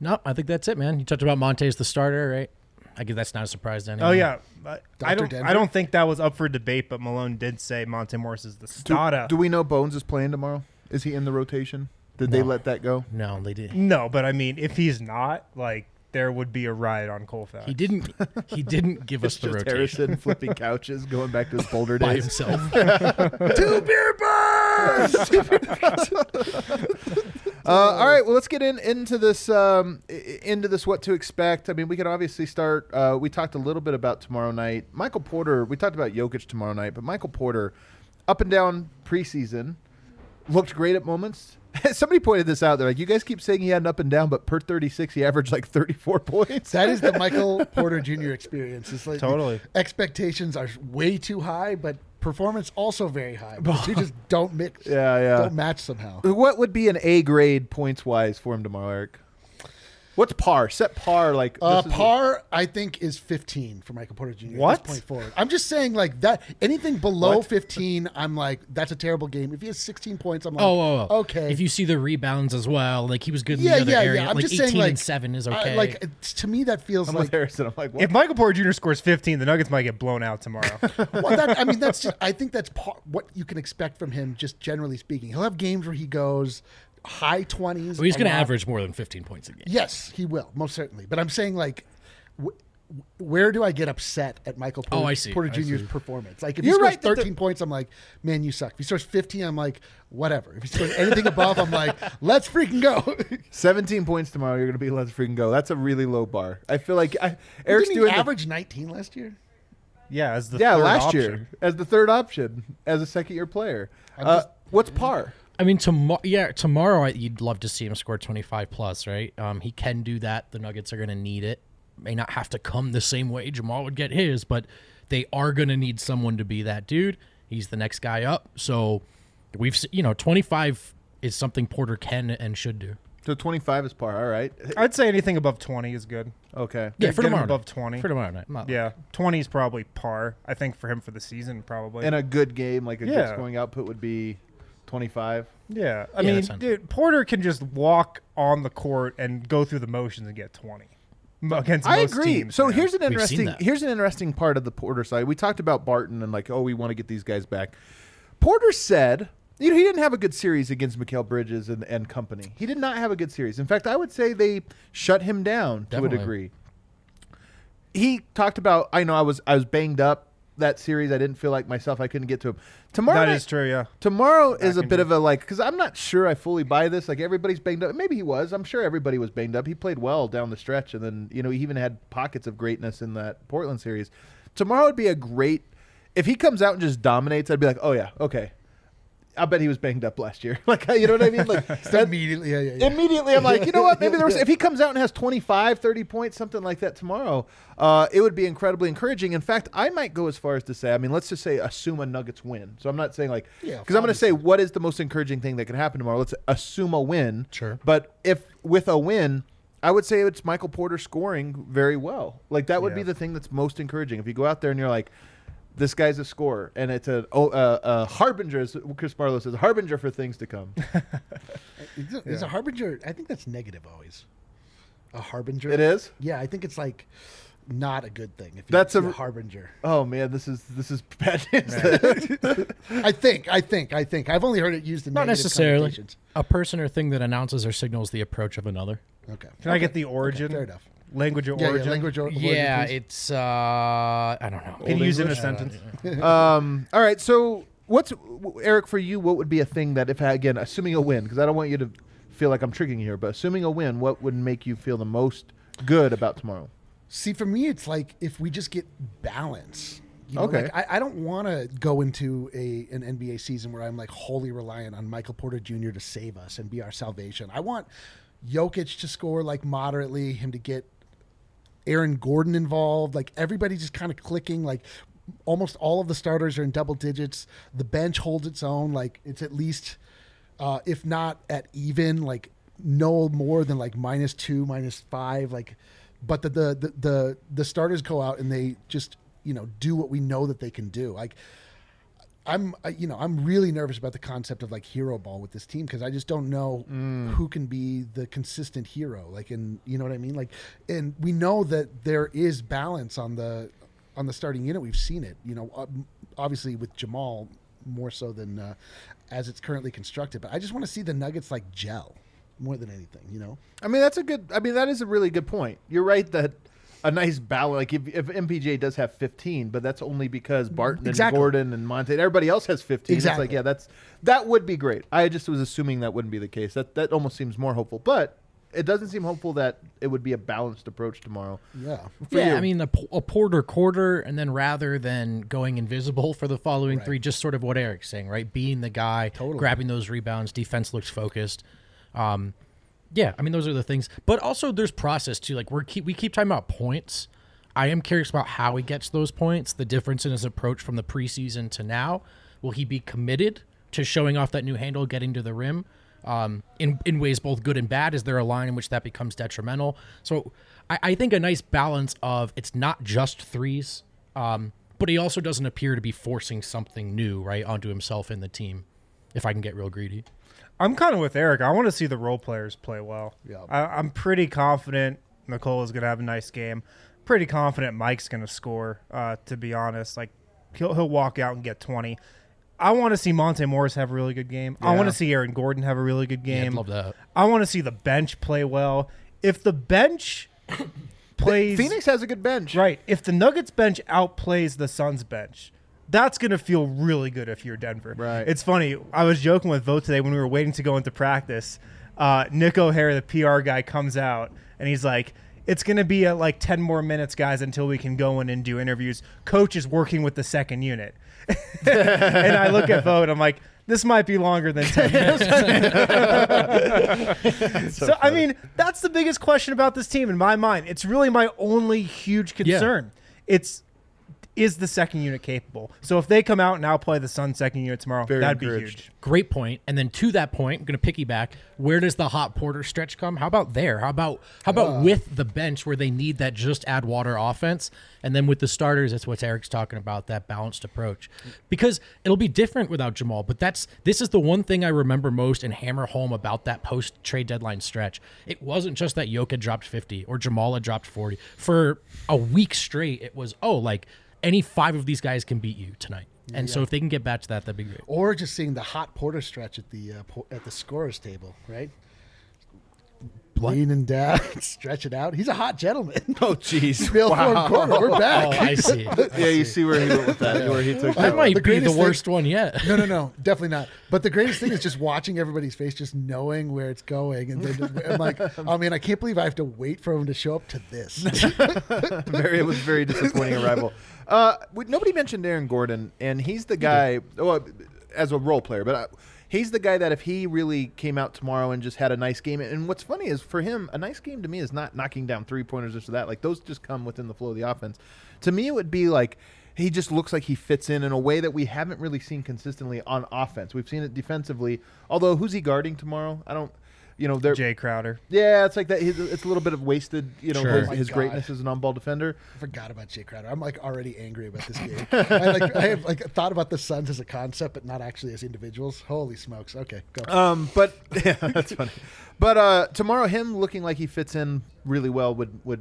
No, I think that's it, man. You talked about Monte's the starter, right? I guess that's not a surprise to anyone.
Oh
Um,
yeah, I- I
Dr.
don't.
Denver?
I don't think that was up for debate, but Malone did say Monte Morris is the starter.
Do we know Bones is playing tomorrow? Is he in the rotation? Did they
No.
let that go?
No, they did.
no, but I mean, if he's not, like, there would be a riot on Colfax.
He didn't. He didn't give us the
Just
rotation
Harrison flipping couches, going back to his Boulder
by
days.
himself.
Uh, all right, well, let's get in into this um, i- i- into this what to expect. I mean, we could obviously start. Uh, we talked a little bit about tomorrow night. Michael Porter. We talked about Jokic tomorrow night, but Michael Porter, up and down preseason, looked great at moments. Somebody pointed this out. They're like, you guys keep saying he had an up and down, but per 36, he averaged like 34 points.
That is the Michael Porter Jr. experience. It's like
Totally.
expectations are way too high, but performance also very high. The two just don't mix.
Yeah, yeah.
Don't match somehow.
What would be an A grade points wise for him tomorrow, Eric? What's par? Set par like
Uh,
this is-
par, I think, is 15 for Michael Porter Jr.
What?
At this point forward. I'm just saying, like, that anything below 15, I'm like, that's a terrible game. If he has 16 points, I'm like,
Oh, oh, oh.
okay.
If you see the rebounds as well, like he was good in
yeah,
the other
yeah,
area.
yeah. I'm
like
just
18
saying, like,
and seven is
I-
okay.
like, it's- to me, that feels
I'm
like
with Harrison. I'm like, what?
if Michael Porter Jr. scores 15, the Nuggets might get blown out tomorrow.
well, that, I mean, that's just, I think that's par- what you can expect from him, just generally speaking. He'll have games where he goes high 20s.
Well, Oh, he's
a
going to
lot.
average more than 15 points a game.
Yes, he will, most certainly. But I'm saying, like, wh- where do I get upset at Michael Porter,
Oh, I see,
Porter
I
Jr.'s
see.
performance? Like, if
You're
he scores
right that the-
13 points, I'm like, man, you suck. If he scores 15, I'm like, whatever. If he scores anything above, I'm like, let's freaking go.
17 points tomorrow. You're going to be let's freaking go. That's a really low bar. I feel like I, Eric's
Didn't
doing
he
the-
average 19 last year?
yeah, as the
yeah
third
last
option.
year as the third option as a second year player. Uh, what's
Mm-hmm.
par?
I mean, tomorrow, yeah, tomorrow I- you'd love to see him score 25 plus, right? Um, he can do that. The Nuggets are going to need it. May not have to come the same way Jamal would get his, but they are going to need someone to be that dude. He's the next guy up. So we've, se- you know, 25 is something Porter can and should do.
So 25 is par. All right.
I'd say anything above 20 is good.
Okay.
Yeah,
Get-
for
get him
tomorrow.
above
night.
20.
For tomorrow night. I'm not-
Yeah, 20 is probably par. I think for him for the season probably.
And uh, a good game, like a good
Yeah.
scoring output, would be 25.
yeah, I
Yeah,
mean,
that's fine.
dude, Porter can just walk on the court and go through the motions and get 20 M- against
I
most
agree.
teams,
so
man.
here's an
seen
interesting
that.
here's an interesting part of the Porter side. We talked about Barton and like, oh, we want to get these guys back. Porter said, you know, he didn't have a good series against Mikael Bridges and, and company. He did not have a good series. In fact, I would say they shut him down to
Definitely.
a degree. He talked about, I know I was I was banged up that series. I didn't feel like myself. I couldn't get to him. Tomorrow
That
night-
is true, yeah.
Tomorrow is a bit of a like because I'm not sure I fully buy this. Like everybody's banged up. Maybe he was. I'm sure everybody was banged up. He played well down the stretch, and then you know he even had pockets of greatness in that Portland series. Tomorrow would be a great if he comes out and just dominates. I'd be like, oh yeah, okay. I bet he was banged up last year. like you know what I mean? Like that,
Immediately, yeah, yeah, yeah.
immediately I'm like, you know what? Maybe there was if he comes out and has 25, 30 points, something like that tomorrow, uh, it would be incredibly encouraging. In fact, I might go as far as to say, I mean, let's just say assume a Nuggets win. So I'm not saying like
Yeah,
because I'm going to say what is the most encouraging thing that could happen tomorrow. Let's assume a win.
Sure.
But if with a win, I would say it's Michael Porter scoring very well. Like that would be
Yeah.
the thing that's most encouraging. If you go out there and you're like. This guy's a scorer, and it's a, oh, uh, a harbinger, as Chris Barlow says, a harbinger for things to come.
Is it- is a harbinger? I think that's negative always. A harbinger.
It is?
Yeah, I think it's like not a good thing. If you
That's
that's
a-
a harbinger.
Oh man, this is this is bad news.
I think. I think. I think. I've only heard it used in
Not
negative
necessarily.
connotations.
A person or thing that announces or signals the approach of another.
Okay.
Can I get the origin?
fair enough.
Language of
Yeah, yeah,
origin.
language or,
yeah,
origin,
it's uh I don't know.
Can you use it in a sentence?
um, all right, so what's w- Eric for you? What would be a thing that if again assuming a win, because I don't want you to feel like I'm tricking you here, but assuming a win, what would make you feel the most good about tomorrow?
See, for me, it's like if we just get balance. You know,
Okay.
Like, I, I don't want to go into a an NBA season where I'm like wholly reliant on Michael Porter Jr. to save us and be our salvation. I want Jokic to score like moderately, him to get Aaron Gordon involved, like everybody just kind of clicking, like almost all of the starters are in double digits. The bench holds its own, like it's at least uh, if not at even, like no more than like minus two, minus five, like but the the the the, the starters go out and they just, you know, do what we know that they can do. Like I'm, uh, you know, I'm really nervous about the concept of like hero ball with this team because I just don't know who can be the consistent hero. Like, and you know what I mean. Like, and we know that there is balance on the on the starting unit. We've seen it. You know, ob- obviously with Jamal more so than uh, as it's currently constructed. But I just want to see the Nuggets like gel more than anything. You know,
I mean, that's a good. I mean, that is a really good point. You're right that a nice balance. Like if, if MPJ does have 15, but that's only because Barton
Mm-hmm. Exactly.
and Gordon and Monte, everybody else has 15. It's like
Exactly.
yeah, that's that would be great. I just was assuming that wouldn't be the case. That that almost seems more hopeful, but it doesn't seem hopeful that it would be a balanced approach tomorrow.
yeah.
yeah,
you.
I mean a, p- a porter quarter, and then rather than going invisible for the following three, just sort of what Eric's saying, right? Being the guy, grabbing those rebounds, defense looks focused. Um, yeah, I mean those are the things, but also there's process too. Like we're keep we keep talking about points. I am curious about how he gets those points. The difference in his approach from the preseason to now. Will he be committed to showing off that new handle, getting to the rim? um, in in ways both good and bad? Is there a line in which that becomes detrimental? So I, I think a nice balance of it's not just threes, um, but he also doesn't appear to be forcing something new right onto himself and the team. If I can get real greedy,
I'm kind of with Eric. I want to see the role players play well.
Yeah.
I, I'm pretty confident Nicole is going to have a nice game. Pretty confident Mike's going to score. Uh, to be honest, like he'll he'll walk out and get 20. I want to see Monte Morris have a really good game. I want to see Aaron Gordon have a really good
I'd
game.
love that.
I want to see the bench play well. If the bench plays
Phoenix has a good bench.
Right. If the Nuggets bench outplays the Suns bench, that's gonna feel really good if you're Denver.
Right.
It's funny. I was joking with Vote today when we were waiting to go into practice. Uh, Nick O'Hare, the PR guy, comes out and he's like, "It's gonna be at like ten more minutes, guys, until we can go in and do interviews." Coach is working with the second unit, and I look at Vote. I'm like, "This might be longer than ten minutes." so I mean, that's the biggest question about this team in my mind. It's really my only huge concern. It's is the second unit capable? So if they come out and outplay the Sun second unit tomorrow,
Very
that'd be
encouraged.
huge.
Great point. And then to that point, I'm going to piggyback. Where does the hot porter stretch come? How about there? How about how about with the bench where they need that just add water offense, and then with the starters, that's what Eric's talking about that balanced approach, because it'll be different without Jamal. But that's this is the one thing I remember most and hammer home about that post trade deadline stretch. It wasn't just that Jokic dropped 50 or Jamal had dropped 40 for a week straight. It was oh like any five of these guys can beat you tonight. And so if they can get back to that, that'd be great.
or just seeing the hot porter stretch at the uh, po- at the scorers table, right? Leaning down, stretch it out. He's a hot gentleman.
Oh, jeez.
Bill
Wow.
from corner, we're
Oh,
back.
I see.
yeah, you see where he went with that, where he took
That
that.
might
The
be the
greatest
worst one yet.
No, no, no, definitely not. But the greatest thing is just watching everybody's face, just knowing where it's going, and then just, I'm like, oh man, I can't believe I have to wait for him to show up to this.
very, it was a very disappointing arrival. Uh, we- nobody mentioned Aaron Gordon, and he's the guy. Oh, as a role player, but uh, he's the guy that if he really came out tomorrow and just had a nice game. And what's funny is for him, a nice game to me is not knocking down three pointers or so that. Like those just come within the flow of the offense. To me, it would be like. He just looks like he fits in in a way that we haven't really seen consistently on offense. We've seen it defensively. Although, who's he guarding tomorrow? I don't, you know, they're
Jay Crowder.
yeah, it's like that. He's, it's a little bit of wasted, you know,
Sure.
his,
Oh
my
his
God.
greatness as an on-ball defender.
forgot about Jay Crowder. I'm like already angry about this game. I like I have like thought about the Suns as a concept, but not actually as individuals. Holy smokes! Okay, go.
Uh,
Um, but yeah, that's funny. But uh, tomorrow, him looking like he fits in really well would would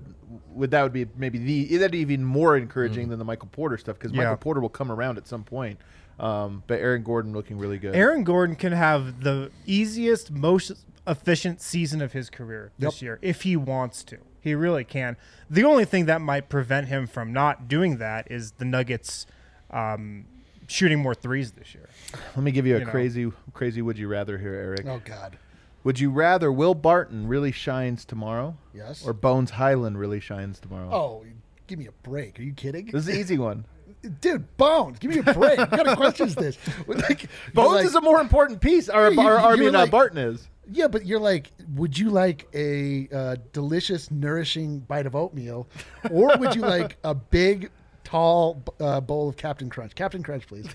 would that would be maybe the that even more encouraging than the Michael Porter stuff because
Yeah.
Michael Porter will come around at some point. Um, but Aaron Gordon looking really good.
Aaron Gordon can have the easiest, most efficient season of his career this year if he wants to. He really can. The only thing that might prevent him from not doing that is the Nuggets um, shooting more threes this year.
Let me give you a
you know.
crazy crazy would you rather here, Eric.
oh God.
Would you rather Will Barton really shines tomorrow?
Yes.
Or Bones Highland really shines tomorrow?
Oh, give me a break. Are you kidding?
This is the easy one.
Dude, Bones, give me a break. what kind of question is this? Like, you're
Bones
like-
is a more important piece. Or,
Yeah, you-
or, I
you were
mean, uh,
like-
Barton is.
Yeah, but you're like, would you like a uh, delicious, nourishing bite of oatmeal, or would you like a big, tall b- uh, bowl of Captain Crunch? Captain Crunch, please.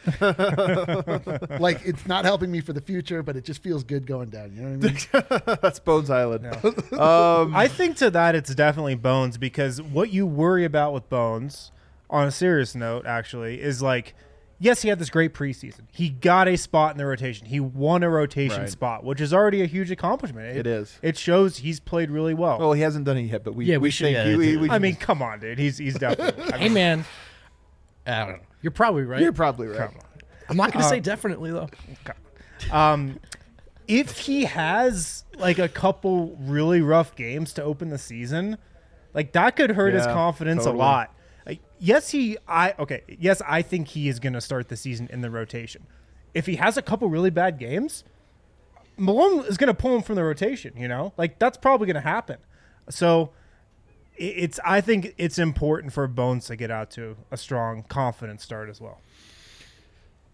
like, it's not helping me for the future, but it just feels good going down. You know what I mean?
That's Bones Island. Um,
I think to that it's definitely Bones because what you worry about with Bones, on a serious note, actually, is like, yes, he had this great preseason. He got a spot in the rotation. He won a rotation
Right.
spot, which is already a huge accomplishment.
It is.
It shows he's played really well.
well, he hasn't done it yet, but we
Yeah,
we,
we should,
think
uh,
he- we-
do
we
I
should-
mean, come on, dude. He's he's definitely. I
Hey,
mean,
man. I don't know. You're probably right. Uh,
you're probably right.
I'm not going to say definitely, though.
um, if he has like a couple really rough games to open the season, like that could hurt his
Yeah,
confidence
totally.
a lot. Like, yes, he. I okay. Yes, I think he is going to start the season in the rotation. If he has a couple really bad games, Malone is going to pull him from the rotation. You know, like that's probably going to happen. So i- it's. I think it's important for Bones to get out to a strong, confident start as well.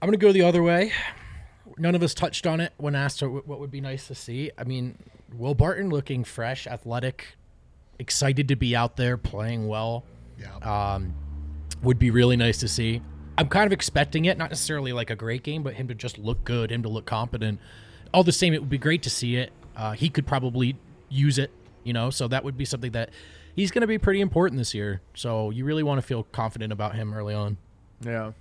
I'm going to go the other way. None of us touched on it when asked what what would be nice to see. I mean, Will Barton looking fresh, athletic, excited to be out there, playing well.
yeah.
um, would be really nice to see. I'm kind of expecting it, not necessarily like a great game, but him to just look good, him to look competent. All the same, it would be great to see it. Uh, he could probably use it, you know, so that would be something that he's going to be pretty important this year. So you really want to feel confident about him early on.
Yeah.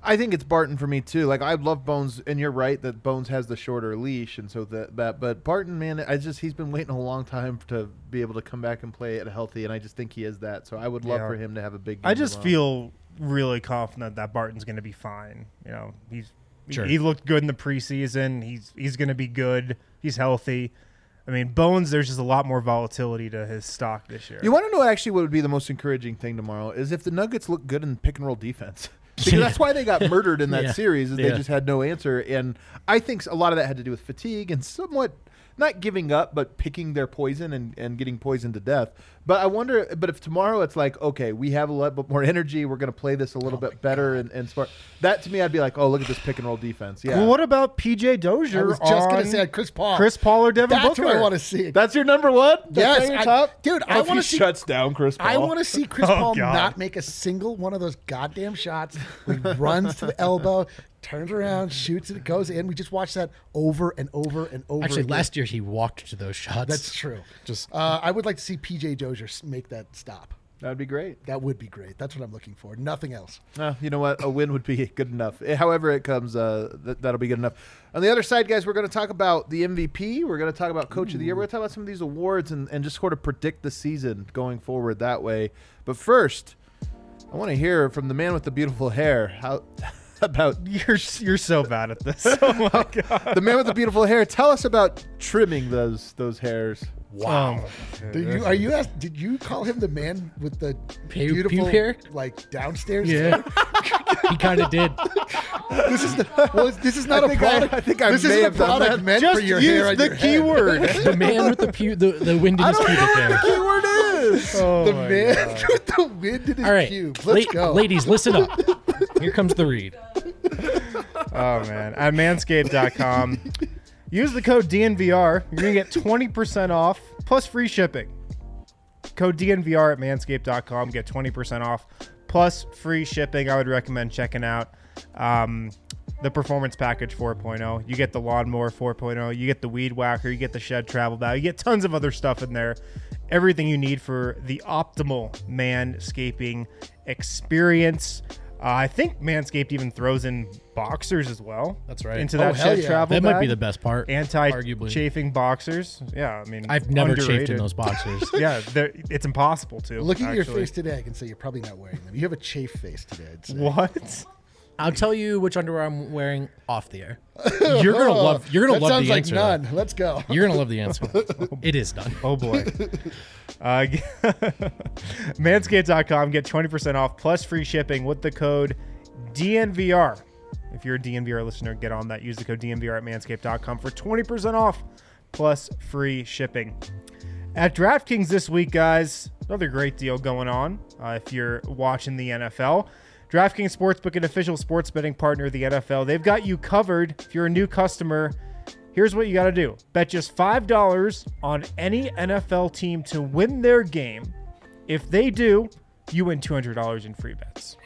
I think it's Barton for me too. Like I love Bones, and you're right that Bones has the shorter leash, and so that that. But Barton, man, I just he's been waiting a long time to be able to come back and play at healthy, and I just think he is that. So I would love
Yeah.
for him to have a big. Game
I just
tomorrow.
feel really confident that Barton's going to be fine. You know, he's he-
Sure.
he, looked good in the preseason. He's he's going to be good. He's healthy. I mean, Bones, there's just a lot more volatility to his stock this year.
You want to know actually what would be the most encouraging thing tomorrow is if the Nuggets look good in pick and roll defense. because that's why they got murdered in that
Yeah.
series. Is they
Yeah.
just had no answer, and I think a lot of that had to do with fatigue and somewhat not giving up, but picking their poison and, and getting poisoned to death. But I wonder, but if tomorrow it's like, okay, we have a little bit more energy, we're going to play this a
Oh
little bit better and, and smart. That to me, I'd be like, oh, look at this pick and roll defense. Yeah,
Well, what about PJ Dozier?
I was just gonna
on
say Chris Paul.
Chris Paul or Devin
That's
Booker?
what I want to see.
that's your number one. That's
Yes,
on your
I-
top, Oh,
dude, I
If he
wanna see-
shuts down Chris. Paul.
I want to see Chris
Oh,
Paul
God.
not make a single one of those goddamn shots. He runs to the elbow, turns around, shoots, and it goes in. We just watched that over and over and over.
Actually,
again.
last year he walked to those shots.
That's true.
Just
Uh, I would like to see PJ Dozier s- make that stop.
That'd be great.
That would be great. That's what I'm looking for. Nothing else.
Uh, you know what? A win would be good enough. Eh, However, it comes, uh, th- that'll be good enough. On the other side, guys, we're going to talk about the MVP. We're going to talk about Coach of the Year. We're going to talk about some of these awards and, and just sort of predict the season going forward that way. But first, I want to hear from the man with the beautiful hair how about
You're you're so bad at this. Oh my god.
the man with the beautiful hair. Tell us about trimming those those hairs.
Wow.
Do you, are you asked, Did you call him the man with the
Pew-
beautiful
pew hair?
like downstairs?
yeah, he kind of did.
This is the, well, this is not a
I-
product.
I think I
this
may
isn't a
have done
product
that.
meant
Just
for your hair.
use
on
the
your head.
keyword.
The man with the pu- the, the wind in his pubic hair.
Keyword is.
Oh
The
my
man
God.
with the wind in his
All right,
pubes.
la-
Let's go.
ladies, listen up. Here comes the read.
Oh man. At manscaped.com. Use the code DNVR. You're gonna get 20% off plus free shipping. Code DNVR at manscaped.com. Get 20% off plus free shipping. I would recommend checking out um, the Performance Package 4.0. You get the Lawnmower 4.0. You get the Weed Whacker. You get the Shed Travel Bag. You get tons of other stuff in there. Everything you need for the optimal manscaping experience. Uh, I think Manscaped even throws in boxers as well.
That's right.
Into
Oh,
that
hell
Shed
yeah.
Travel
That might be
Bag.
the best part.
Anti
arguably.
chafing boxers. Yeah, I mean,
I've never chafed in
underrated
those boxers.
yeah, they're- it's impossible to.
Looking at your
actually.
face today, I can say you're probably not wearing them. You have a chafe face today. I'd say.
What?
I'll tell you which underwear I'm wearing off the air. You're gonna love. You're gonna
Oh, that
love
sounds
the
like
answer. though.
none. Let's go.
You're gonna love the answer. it is done.
Oh boy. uh, g- Manscaped.com. Get 20% off plus free shipping with the code DNVR. If you're a DNVR listener, get on that. Use the code DNVR at manscaped.com for 20% off plus free shipping. At DraftKings this week, guys, another great deal going on uh, if you're watching the NFL. DraftKings Sportsbook, an official sports betting partner of the NFL, they've got you covered if you're a new customer. Here's what you got to do bet just $5 on any NFL team to win their game. If they do, you win $200 in free bets.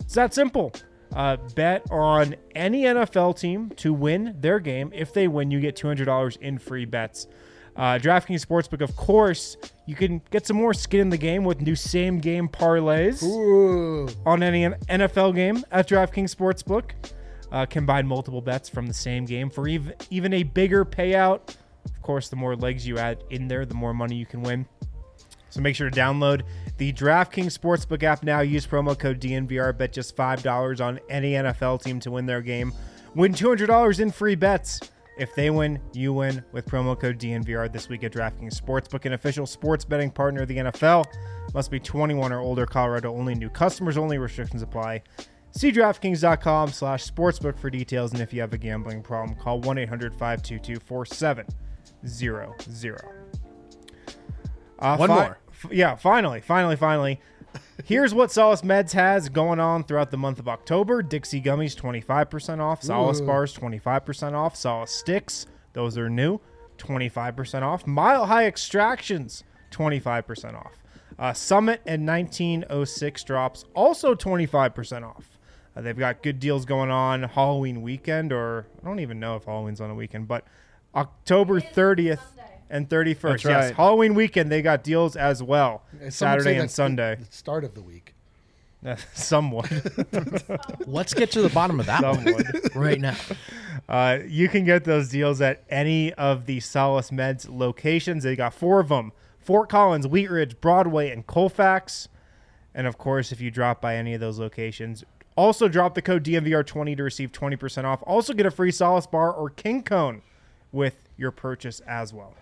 It's that simple. Uh, bet on any NFL team to win their game. If they win, you get $200 in free bets. Uh, DraftKings Sportsbook, of course, you can get some more skin in the game with new same game parlays
Ooh.
on any NFL game at DraftKings Sportsbook. Uh, combine multiple bets from the same game for even, even a bigger payout. Of course, the more legs you add in there, the more money you can win. So make sure to download the DraftKings Sportsbook app now. Use promo code DNVR. Bet just $5 on any NFL team to win their game. Win $200 in free bets. If they win, you win with promo code DNVR this week at DraftKings Sportsbook, an official sports betting partner of the NFL. Must be 21 or older, Colorado only, new customers only, restrictions apply. See DraftKings.com slash sportsbook for details. And if you have a gambling problem, call 1 800 522 4700. Uh,
One
fi-
more.
f- yeah, finally, finally, finally. Here's what Solace Meds has going on throughout the month of October. Dixie Gummies, 25% off. Solace Bars, 25% off. Solace Sticks, those are new, 25% off. Mile High Extractions, 25% off. Uh, Summit and 1906 drops, also 25% off. Uh, they've got good deals going on Halloween weekend, or I don't even know if Halloween's on a weekend, but October 30th and 31st. Yes,
right.
Halloween weekend they got deals as well.
Uh, Someone say
Saturday and
that's the-
Sunday.
The start of the week.
Some would.
Let's get to the bottom of that
Some
one
would.
right now.
Uh, you can get those deals at any of the Solace Meds locations. They got four of them Fort Collins, Wheat Ridge, Broadway, and Colfax. And of course, if you drop by any of those locations, also drop the code DMVR20 to receive 20% off. Also, get a free Solace bar or King Cone with your purchase as well.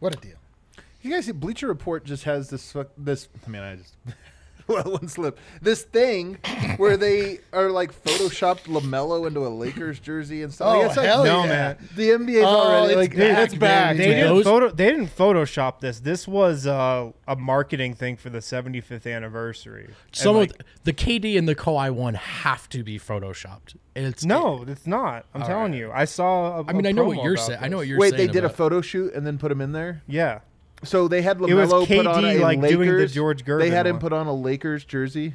What a deal.
You guys see Bleacher Report just has this fuck- this. I mean, I just well, one slip. This thing where they are like photoshopped Lamelo into a Lakers jersey and stuff.
Oh,
like, it's like,
hell
No, yeah. man.
The NBA's
Oh,
already
it's
like
back,
it's back.
They
baby.
Yeah.
didn't
Those-
photo. They didn't Photoshop this. This was uh, a marketing thing for the 75th anniversary. And,
Some
like,
of the, the KD and the Kawhi one have to be photoshopped. And It's
no, it's not. I'm telling you. I saw. a-
I mean,
a
I know what
promo
you're
about
saying. I
this.
know what you're
Wait,
saying.
they did a
about-
photo shoot and then put him in there.
Yeah,
So they had Lamelo
was
put on
KD,
a
like,
Lakers.
doing the George
They
Gervin
had him
one.
put on a Lakers jersey.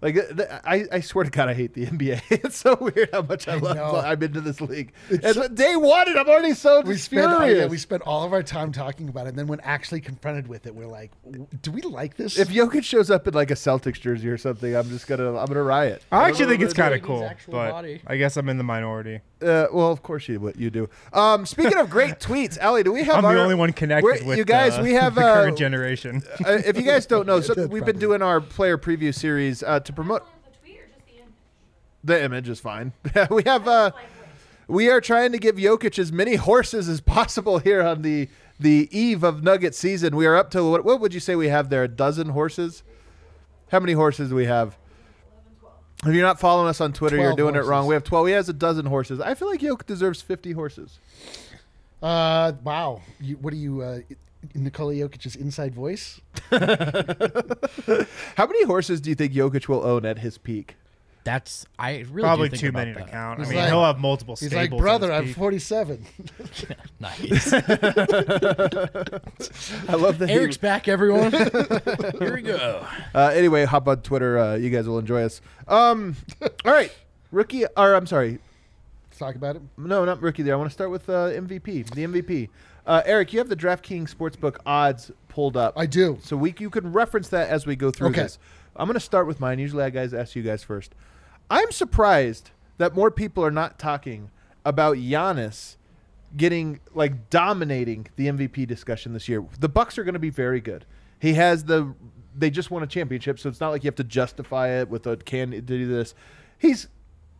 Like th- th- I, I swear to God, I hate the NBA. It's so weird how much I, love.
know.
I'm into this league. It's day one, and I'm already so
We spent, oh,
furious.
yeah, we spent all of our time talking about it, and then when actually confronted with it, we're like, "W- "Do we like this?"
if Jokic shows up in like a Celtics jersey or something, I'm just gonna I'm gonna riot.
I actually think
remember
it's kind of
Brady's
cool,
actual
but
body.
I guess I'm in the minority.
Uh, well, of course you what you do. Um, speaking of great tweets, Allie, do we have?
I'm
our-
the only one
we're-
connected with
you guys.
uh,
we have
the
uh,
current generation.
uh, if you guys don't know, so
That's
we've been
probably-
doing our player preview series uh, to promote.
The tweet or just the end?
The image is fine. we have. Uh,
Like, wait.
we are trying to give Jokic as many horses as possible here on the the eve of Nugget season. We are up to what, what would you say we have there? A dozen horses? How many horses do we have? If you're not following us on Twitter, you're
Twelve
doing it wrong.
horses.
We have twelve. He has a dozen horses. I feel like Jokic deserves fifty horses.
uh, wow, you, what are you, uh, Nikola Jokic's inside voice?
How many horses do you think Jokic will own at his peak?
That's I really do
Probably
think
too
about
many
that.
to count. I
He's
mean,
like-
he'll have multiple
He's
stables.
like,
at his
brother, I'm
peak.
47.
Nice.
I love that. he-
Eric's back, everyone. Here we go.
Uh, anyway, hop on Twitter. Uh, you guys will enjoy us. Um, all right, rookie. Or I'm sorry,
Let's talk about it.
No, not rookie there. I want to start with uh, MVP. The MVP. Uh, Eric, you have the DraftKings Sportsbook odds pulled up.
I do.
So we you can reference that as we go through
Okay.
this. I'm going to start with mine. Usually I guys ask you guys first. I'm surprised that more people are not talking about Giannis getting like dominating the MVP discussion this year. The Bucks are going to be very good. He has the they just won a championship, so it's not like you have to justify it with a can do this. He's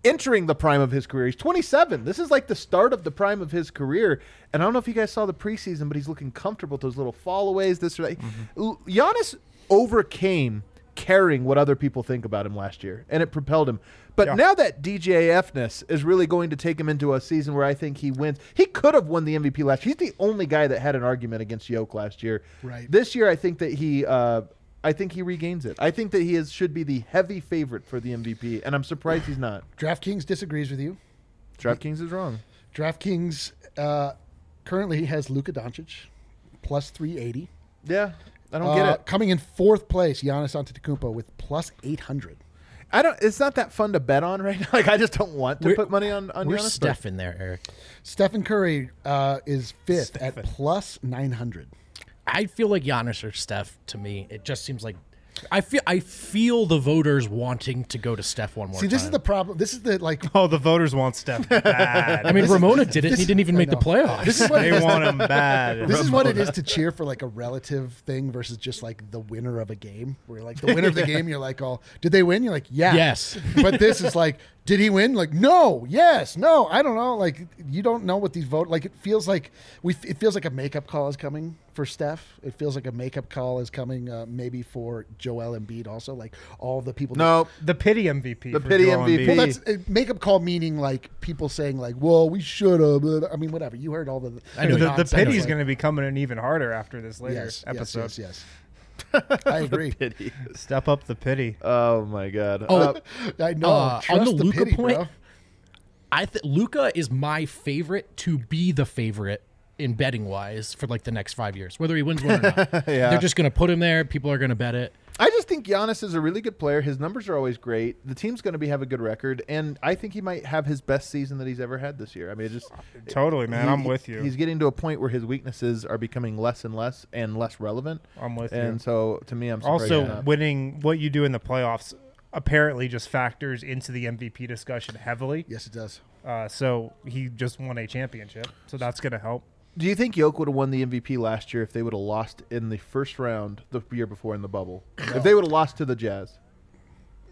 entering the prime of his career. He's 27. This is like the start of the prime of his career. And I don't know if you guys saw the preseason, but he's looking comfortable with those little fallaways, this or that. L- Giannis overcame caring what other people think about him last year, and it propelled him. But
Yeah.
now that DJFness is really going to take him into a season where I think he wins. He could have won the MVP last year. He's the only guy that had an argument against Yoke last year.
Right.
This year, I think that he. Uh, I think he regains it. I think that he is should be the heavy favorite for the MVP, and I'm surprised he's not.
DraftKings disagrees with you.
DraftKings is wrong.
DraftKings uh, currently has Luka Doncic plus 380.
Yeah, I don't
Uh,
get it.
Coming in fourth place, Giannis Antetokounmpo with plus 800.
I don't. It's not that fun to bet on right now. Like I just don't want to
We're-
put money on on
We're
Giannis, but-
Steph in there, Eric.
Stephen Curry uh, is fifth at plus 900.
I feel like Giannis or Steph to me. It just seems like I feel I feel the voters wanting to go to Steph one more
See,
time.
this is the problem. This is the like.
Oh, the voters want Steph bad.
I mean, Ramona did it.
this
He
is-
didn't even
I
make the
know.
playoffs.
This is what
they want him bad.
This is what it is to cheer for like a relative thing versus just like the winner of a game. Where you're like the winner of the game, you're like, oh, did they win? You're like, yeah,
Yes.
But this is like, did he win? Like, no, yes, no. I don't know. Like, you don't know what these vote. Like, it feels like we. It feels like a makeup call is coming for Steph. It feels like a makeup call is coming, uh, maybe for Joel Embiid also. Like all the people. that-
no.
The pity MVP.
The
for
pity
Joel
MVP.
Embiid.
Well, that's a makeup call meaning like people saying like, "Well, we should have." I mean, whatever. You heard all the.
I know.
the, the
nonsense,
pity's
like-
going to be coming in even harder after this later
yes,
episode.
Yes, yes, yes. I agree.
Pity.
Step up the pity.
Oh my god.
Oh,
Uh,
I know.
Uh,
trust
on the,
the
Luca
pity,
point,
bro.
I think Luca is my favorite to be the favorite in betting wise for like the next five years, whether he wins one or not. They're just gonna put him there. People are gonna bet it.
I just think Giannis is a really good player. His numbers are always great. The team's going to be have a good record, and I think he might have his best season that he's ever had this year. I mean, it just
Totally, man.
he-
I'm with you.
He's getting to a point where his weaknesses are becoming less and less and less relevant.
I'm with you.
And so, to me, I'm surprised
also,
he's not.
winning what you do in the playoffs apparently just factors into the MVP discussion heavily.
Yes, it does.
Uh, so he just won a championship, so that's going to help.
Do you think Yoke would have won the MVP last year if they would have lost in the first round the year before in the bubble? If they would have lost to the Jazz?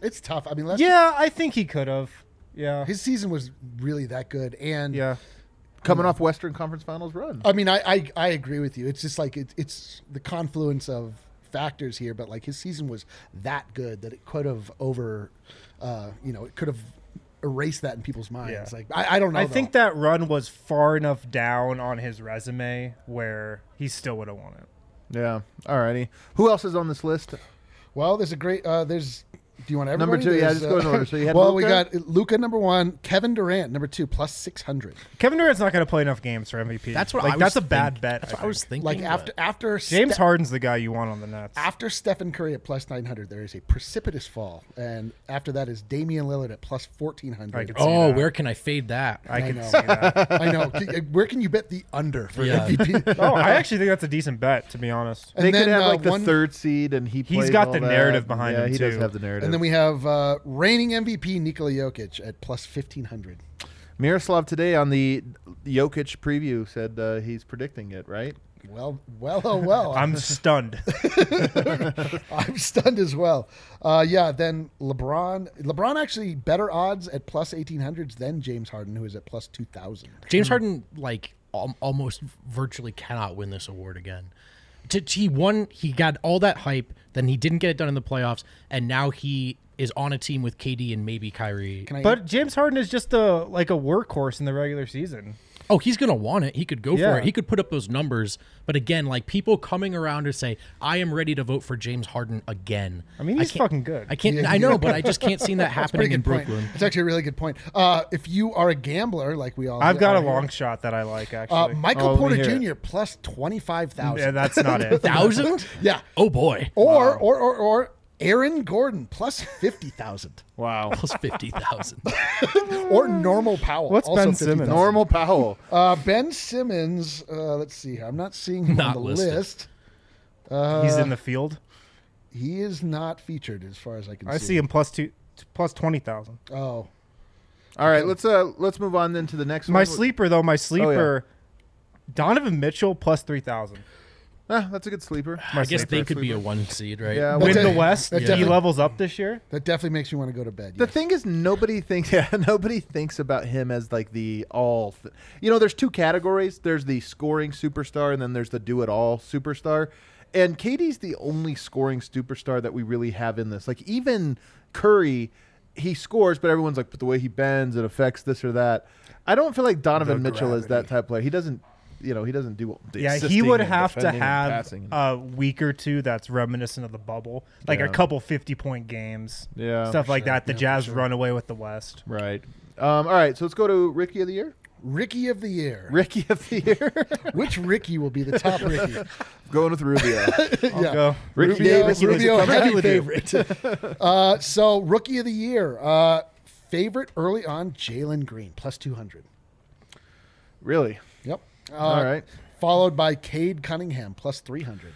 It's tough. I mean, last
Yeah, I think he could have. Yeah,
his season was really that good, and
yeah.
Coming off
Uh,
Western Conference Finals run.
I mean, I, I I agree with you. It's just like it, it's the confluence of factors here, but like his season was that good that it could have over, uh, you know, it could have erased that in people's minds.
Yeah.
Like I, I don't know.
I
though.
think that run was far enough down on his resume where he still would have won it.
Yeah. Alrighty. Who else is on this list?
Well, there's a great. Uh, there's. Do you want
Number
everybody?
two, yeah,
There's,
just go in order. So you had
well, we
Luka?
got Luca number one, Kevin Durant number two, plus six hundred.
Kevin Durant's not going to play enough games for MVP.
That's what
like,
I was
that's a
think-
bad bet.
That's
I
what I was
think.
thinking.
Like
but-
after after
James
Ste-
Harden's the guy you want on the Nets.
after Stephen Curry at plus nine hundred, there is a precipitous fall, and after that is Damian Lillard at plus fourteen
I
hundred.
could see
Oh,
that.
where can I fade that?
I can
know.
see that.
I know. Can- Where can you bet the under for
Yeah.
MVP?
Oh, I actually think that's a decent bet, to be honest.
they could have
uh,
like the
one-
third seed, and he. He's
got the narrative behind
yeah,
him,
he does
too.
have the narrative.
And then we have uh, reigning MVP Nikola Jokic at plus fifteen hundred.
Miroslav today on the Jokic preview said uh, he's predicting it, right?
Well, well, oh well.
I'm stunned.
I'm stunned as well. Uh, yeah, then LeBron. LeBron actually better odds at plus 1800s than James Harden, who is at plus 2000.
James Harden like al- almost virtually cannot win this award again. T- He won. He got all that hype. Then he didn't get it done in the playoffs, and now he is on a team with KD and maybe Kyrie.
Can I?
But James Harden is just a like a workhorse in the regular season.
Oh, he's gonna want it. He could go
Yeah.
for it. He could put up those numbers. But again, like people coming around to say, "I am ready to vote for James Harden again."
I mean, he's
can't-
fucking good.
I can't.
Yeah,
I
yeah.
know, but I just can't see that
that's a pretty
happening in
good point.
Brooklyn.
That's actually a really good point. Uh, if you are a gambler, like we all,
I've got a
are here,
long shot that I like
Uh,
actually.
Michael
Oh, let me
Porter
hear
Jr. plus twenty five
yeah,
thousand.
that's not it.
Thousand?
Yeah.
Oh boy.
Or, or or or Aaron Gordon plus fifty thousand.
Wow.
Plus fifty thousand.
or Normal Powell.
What's
also
Ben Simmons?
50,000.
Normal Powell.
Uh, ben Simmons. Uh, let's see here. I'm not seeing him
Not
on the
listed.
list.
he's in the field.
He is not featured as far as I can
I
see.
see him plus two, plus twenty thousand.
Oh.
All right, let's uh let's move on then to the next
My
one.
sleeper though, my sleeper, Donovan Mitchell plus three thousand.
Ah, that's a good sleeper.
I guess they
sleeper,
could be a
sleeper.
one seed, right?
Yeah,
Win
well,
the West.
that
He
definitely-
levels up this year.
That definitely makes me want to go to bed.
The
yes.
thing is, nobody thinks yeah, nobody thinks about him as like the all. Th- you know, there's two categories. There's the scoring superstar, and then there's the do it all superstar. And KD's the only scoring superstar that we really have in this. Like even Curry, he scores, but everyone's like, but the way he bends, it affects this or that. I don't feel like Donovan Mitchell is that type of player. He doesn't. You know, he doesn't do. the
Yeah, he
assisting
would
and
have to
defending and
have
passing.
a week or two that's reminiscent of the bubble, like a
Yeah.
couple fifty-point games,
Yeah,
stuff
for
like
sure.
that. The
Yeah, for
Jazz
sure.
run away with the West.
right. Um, all right, so let's go to Ricky of the year.
Ricky of the year.
Ricky of the year.
Which Ricky will be the top Ricky?
Going uh, with Rubio.
yeah.
Go.
Ricky Davis.
Rubio,
Ricky
heavy
Davis.
favorite. uh, so rookie of the year. Uh, favorite early on, Jalen Green plus two hundred.
Really?
Yep. Uh,
All right.
Followed by Cade Cunningham plus three hundred.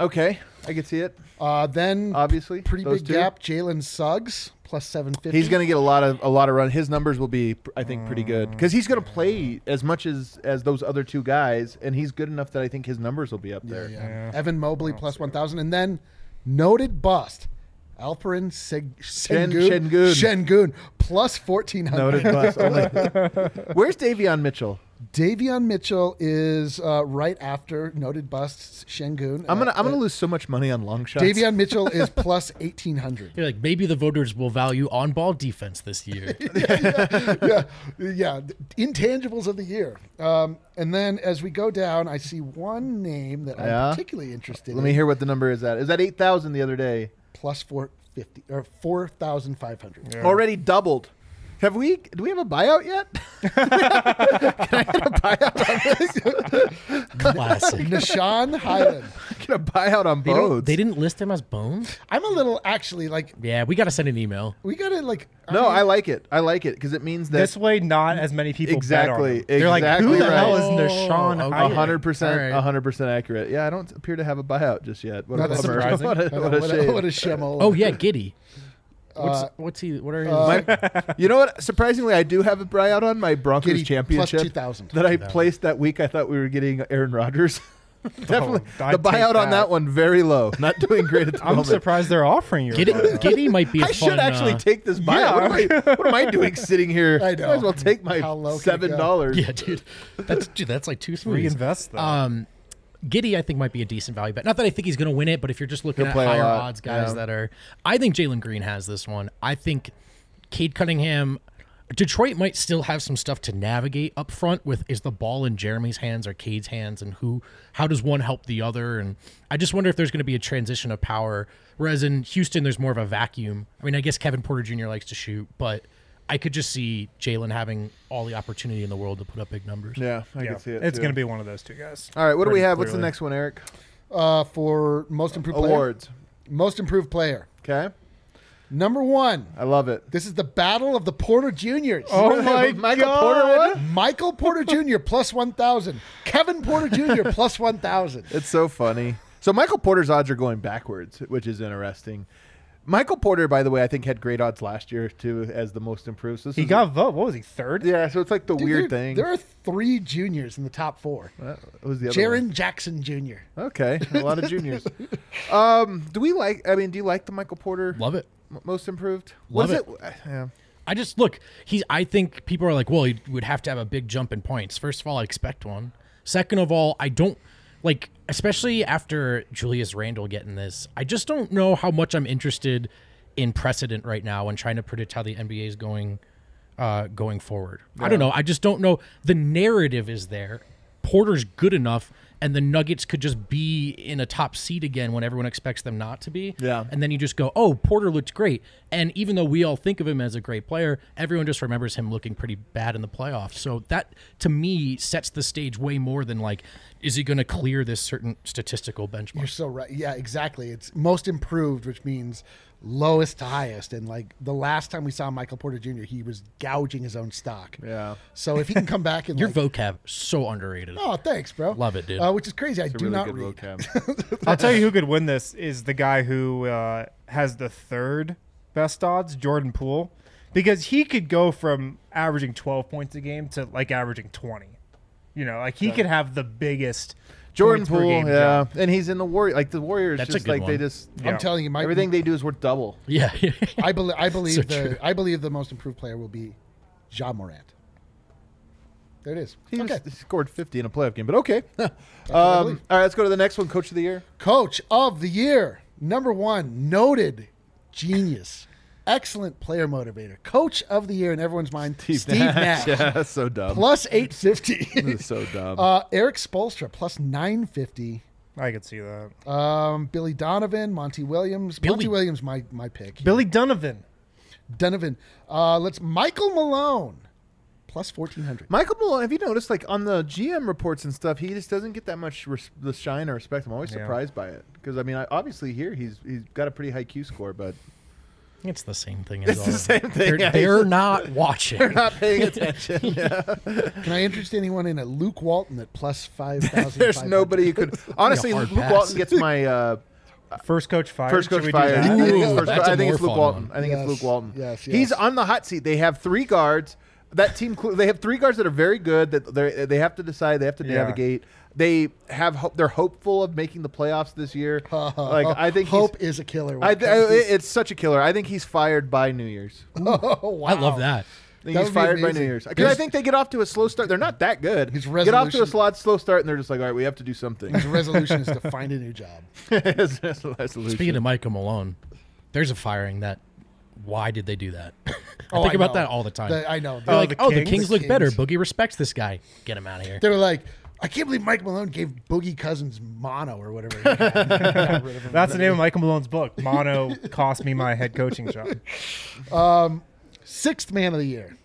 Okay, I can see it.
Uh, then
Obviously,
pretty
those
big
two.
gap. Jalen Suggs plus seven fifty.
He's going to get a lot of a lot of run. His numbers will be, I think, pretty good because he's going to play as much as as those other two guys, and he's good enough that I think his numbers will be up
Yeah,
there.
yeah. Evan Mobley plus 1,000. And then noted bust, Alperin Seg-
Shen-
Sengun,
Shengun.
Shengun plus 1,400.
Noted bust. Only. Where's Davion Mitchell?
Davion Mitchell is uh, right after noted bust Shengun.
I'm
Uh,
gonna I'm gonna
uh,
lose so much money on long shots.
Davion Mitchell is plus 1,800.
You're like maybe the voters will value on ball defense this year.
yeah, th- intangibles of the year. Um, and then as we go down, I see one name that I'm
Yeah?
particularly interested
Let
in.
me hear what the number is at. Is that eight thousand the other day?
Plus 450 or 4,500.
Already doubled. Have we? Do we have a buyout yet?
Classic.
Nishan Highland.
Get a buyout on
They, don't-
both.
they didn't list him as Bones.
I'm a little actually like
Yeah, we got to send an email.
we gotta like
No,
I,
I like it. I like it because it means that
This way, not as many people.
Exactly,
Bet on him. They're like, who
exactly
the hell
right.
is Nashawn?
Oh, okay.
A
Accurate.
hundred
All right.
percent, a hundred percent accurate. Yeah, I don't appear to have a buyout just yet. What a
That's
bummer.
surprising.
What a,
I know,
what a shame.
what a shemo.
Oh yeah, Giddy. What's,
Uh,
what's he? What are his?
My- you know what? Surprisingly, I do have a buyout on my Broncos
Giddy plus
championship
2,000.
that I placed that week. I thought we were getting Aaron Rodgers. Definitely,
Oh, I'd
the
take
buyout
that.
on that one very low. Not doing great at the
I'm
moment.
surprised they're offering you. a
Giddy,
buyout.
Giddy might be. a
I should
fun,
actually
uh,
take this buyout. What, am I, what am I doing sitting here?
I know.
Might as well take my
How low can it
seven
go?
dollars.
Yeah, dude. That's dude. That's like two smoothies.
Reinvest that.
Um, Giddy, I think, might be a decent value bet. Not that I think he's going to win it, but if you're just looking
He'll
at
play a
higher
lot,
odds guys
yeah.
that are, I think Jalen Green has this one. I think Cade Cunningham. Detroit might still have some stuff to navigate up front with is the ball in Jeremy's hands or Cade's hands and who how does one help the other and I just wonder if there's going to be a transition of power whereas in Houston there's more of a vacuum. I mean I guess Kevin Porter Jr likes to shoot but I could just see Jalen having all the opportunity in the world to put up big numbers.
Yeah, I
Yeah,
can see it.
it's
too.
going to be one of those two guys.
All right, what do we
Pretty
have? What's the
clearly.
next one, Eric?
Uh, for most improved player.
Awards.
Most improved player.
Okay,
Number one.
I love it.
This is the battle of the Porter Juniors.
Oh my
Michael
God.
Porter won it?
Michael Porter Jr. plus 1,000. Kevin Porter Jr. plus 1,000.
It's so funny. So Michael Porter's odds are going backwards, which is interesting. Michael Porter, by the way, I think had great odds last year too as the most improved. So this
He
is-
got vote. What was he third?
yeah. So it's like the
Dude,
weird
there,
thing.
There are three juniors in the top four.
What was the other
Jaron Jackson Jr.
one? Okay, a lot of juniors. um, do we like? I mean, do you like the Michael Porter
Love it.
m- most improved?
Love
was Uh,
it.
Yeah.
I just look. He's. I think people are like, well, he would have to have a big jump in points. First of all, I expect one. Second of all, I don't like, especially after Julius Randle getting this. I just don't know how much I'm interested in precedent right now and trying to predict how the NBA is going, uh, going forward. I don't know. I just don't know. The narrative is there. Porter's good enough. And the Nuggets could just be in a top seed again when everyone expects them not to be.
Yeah.
And then you just go, oh, Porter looked great. And even though we all think of him as a great player, everyone just remembers him looking pretty bad in the playoffs. So that, to me, sets the stage way more than like, is he going to clear this certain statistical
You're
benchmark?
so right. Yeah, exactly. It's most improved, which means lowest to highest. And like the last time we saw Michael Porter Jr., he was gouging his own stock.
Yeah.
So if he can come back and
Your
like,
vocab so underrated.
oh, thanks, bro.
Love it, dude.
Uh, which is crazy. I do
really
not
good
read.
vocab.
I'll tell you who could win this is the guy who uh, has the third best odds, Jordan Poole, because he could go from averaging 12 points a game to like averaging 20. You know, like he could have the biggest
Jordan
points per
Poole,
game
yeah,
jump.
and he's in the Warrior. Like the Warriors,
That's a
just
good
like they
one.
just
Yeah.
I'm telling you, my,
everything they do is worth double.
Yeah.
I believe I believe
So
the
true.
I believe the most improved player will be Ja Morant. There it is.
He
okay.
was- scored 50 in a playoff game, but okay. um,
I
all
believe.
right, let's go to the next one. Coach of the year.
Coach of the year, number one, noted genius, excellent player motivator, coach of the year in everyone's mind, Steve, Nash,
yeah, that's so dumb.
plus
This
850.
is so dumb.
uh, Eric Spolstra, plus 950.
I could see that.
Uh,
Um, Billy Donovan, Monty Williams. Monty
Billy.
Williams, my, my pick.
Billy Donovan.
Donovan. Uh, let's Michael Malone, plus 1400.
Michael Malone, have you noticed, like on the GM reports and stuff, he just doesn't get that much res- the shine or respect. I'm always
Yeah.
surprised by it because I mean, I, obviously here he's he's got a pretty high Q score, but
it's the same thing as
It's
all
the
of
same
them.
thing,
They're,
yeah.
they're not watching.
not paying attention.
Can I interest anyone in a Luke Walton at plus 5,000?
There's nobody who could honestly.
hard
Luke
pass.
Walton gets my uh,
First coach fired.
First
Should
coach
we do
fired.
that?
I think it's
Ooh,
first
that's
coach-
a
I think it's
more
Luke
fun
Walton.
one.
I think it's
Yes,
Luke Walton.
yes, yes.
He's on the hot seat. They have three guards. That team, cl- they have three guards that are very good. That they they have to decide. They have to
Yeah.
navigate. They have hope. They're hopeful of making the playoffs this year. like I think he's-
hope is a killer. when
I
it
th-
comes to-
I- it's such a killer. I think he's fired by New Year's. I
Oh, wow.
I love that.
think
That
he's
would be
fired by
amazing.
New Year's because I
His-
think they get off to a slow start. They're not that good.
His
Get off to a
resolution-
slot, slow start, and they're just like, all right, we have to do something.
His resolution is to find a new job.
His resolution.
Speaking of Michael Malone, there's a firing that. Why did they do that? I
Oh,
think
I
about
know.
that all the time.
The- I know.
They're
Oh,
like,
the
oh, the
Kings?
Kings,
The
look better.
Kings.
Boogie respects this guy. Get him out of here.
They were like, I can't believe Mike Malone gave Boogie Cousins mono or whatever. he had. Got rid of him.
That's the name of Michael Malone's book. Mono cost me my head coaching job.
Sixth man of the year.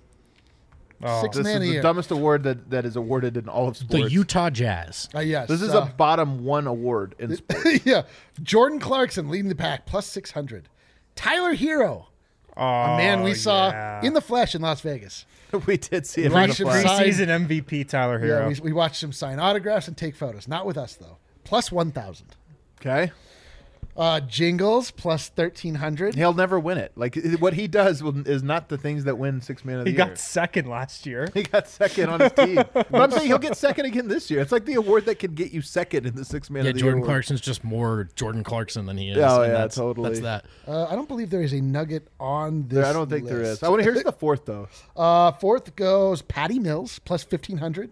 Oh.
Sixth
this is
man of
the
the year.
dumbest award that, that is awarded in all of sports.
The Utah Jazz.
Uh, yes.
This is
uh,
a bottom one award in sports.
yeah. Jordan Clarkson leading the pack plus 600. Tyler Hero, a man we
Oh,
saw
yeah.
in the flesh in Las Vegas.
we did see it.
Right,
in the
should
flash.
sign-
preseason MVP Tyler
Yeah,
Hero.
we, we watched him sign autographs and take photos. Not with us, though. Plus 1,000.
Okay,
Uh, Jingles plus 1,300.
he'll never win it. Like i- what he does will, is not the things that win six man of the
he
year.
got second last year.
he got second on his team, but I'm saying he'll get second again this year. It's like the award that can get you second in the six man
Yeah,
of the
Jordan
year. award.
Clarkson's just more Jordan Clarkson than he is.
Oh,
and
yeah,
that's,
totally.
That's that.
Uh, I don't believe there is a nugget on this.
There- I don't think there is.
list.
I want to hear the fourth though.
Uh, fourth goes Patty Mills plus fifteen hundred,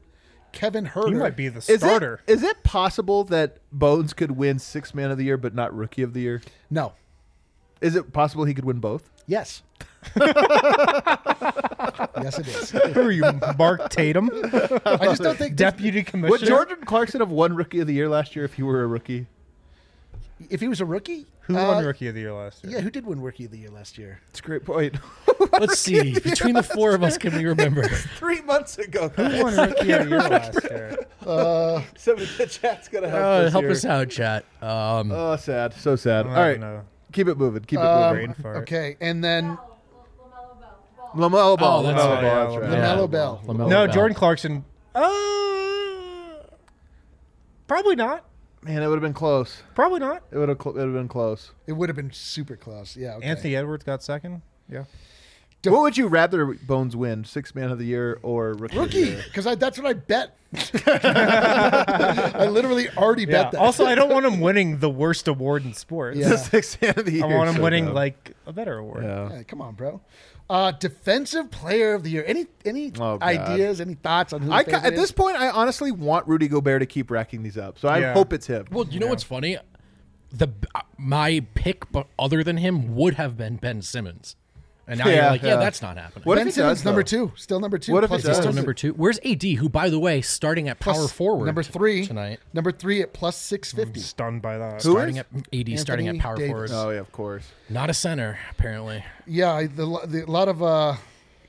Kevin
He
Herter.
might be the
Is
starter.
it is it possible that Bones could win Sixth Man of the Year but not Rookie of the Year?
No.
Is it possible he could win both?
Yes. yes, it is.
Who are you, Mark Tatum,
I just don't think
deputy commissioner?
Would Jordan Clarkson have won Rookie of the Year last year if he were a rookie?
if he was a rookie,
Who
uh,
won Rookie of the Year last year?
Yeah, who did win Rookie of the Year last year?
It's a great point.
Let's see. Between the four of us, can we remember?
Three months ago.
Who won Rookie of the Year last year?
Somebody in the chat's gonna help,
Uh,
us,
help
here.
us out, chat. Um,
Oh, sad. So sad.
I
All
don't
right,
know.
keep it moving. Keep
Um,
it moving.
Brain fart.
Okay, and then
Bell, L- LaMelo Bell. Ball.
Lamelo Ball.
Oh, that's
LaMelo
right.
Ball,
Yeah,
that's right.
yeah.
Mello Bell.
LaMelo
No,
Bell.
Jordan Clarkson. Uh, probably not.
Man, it would have been close.
Probably not.
It would have. Cl- it would have been close.
It would have been super close. Yeah. Okay.
Anthony Edwards got second. Yeah.
What would you rather Bones win, Sixth Man of the Year or Rookie? Of the
Rookie,
year?
because that's what I bet. I literally already
Yeah.
bet that.
Also, I don't want him winning the worst award in sports.
Yeah.
Sixth Man of the Year.
I want him
so
winning
dumb.
like a better award.
Yeah.
Yeah, come on, bro. Uh, defensive player of the year. Any any
Oh, God.
ideas? Any thoughts on who? The
I, ca-
favorite
at this
is?
point, I honestly want Rudy Gobert to keep racking these up, so I
Yeah.
hope it's him.
Well, you know what's funny? The uh, my pick, but other than him, would have been Ben Simmons, and now
Yeah,
you're like, yeah,
yeah.
that's not happening.
What if
Ben
he
Simmons
does,
number
though?
two, still number two.
What if
plus
he does?
Still
Still
number two. Where's AD? Who, by the way, starting at power
plus-
forward.
Number
t-
three
tonight.
Number three at plus six fifty.
Stunned by that.
Who
Starting
is?
at AD, starting at
Anthony
power forward.
Davis.
Oh yeah, of course.
Not a center, apparently.
Yeah, I- the, lo- the a lot of uh,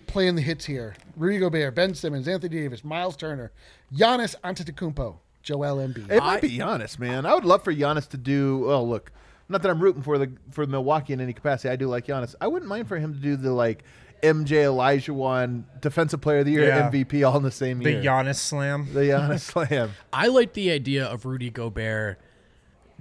playing the hits here. Rudy Gobert, Ben Simmons, Anthony Davis, Miles Turner, Giannis Antetokounmpo, Joel Embiid.
It might be Giannis, man. I would love for Giannis to do. Oh, look, not that I'm rooting for the for Milwaukee in any capacity. I do like Giannis. I wouldn't mind for him to do the like MJ Elijah one Defensive Player of the Year,
Yeah.
MVP, all in the same
The
year.
Giannis slam.
the Giannis slam.
I like the idea of Rudy Gobert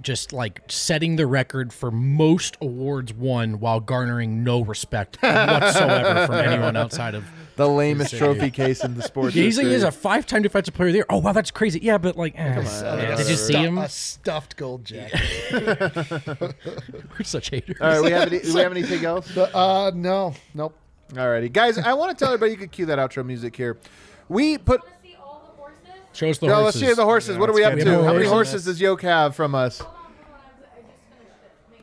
just like setting the record for most awards won while garnering no respect whatsoever from anyone outside of.
The lamest
Insane.
trophy case in the sport.
He's a,
history.
he's a five-time defensive player of the year. Oh wow, that's crazy. Yeah, but like, eh.
Uh,
did you
stu-
see him?
A stuffed gold jacket.
We're such haters.
All right, we have any, do we have anything else?
uh, no, nope.
Alrighty, guys. I want to tell everybody you could cue that outro music here. We put.
Want to see all the horses?
Show us the
No, let's
horses.
see the horses. what are we up
let's
to?
get more
How many horses
horses.
does Yoke have from us?
Hold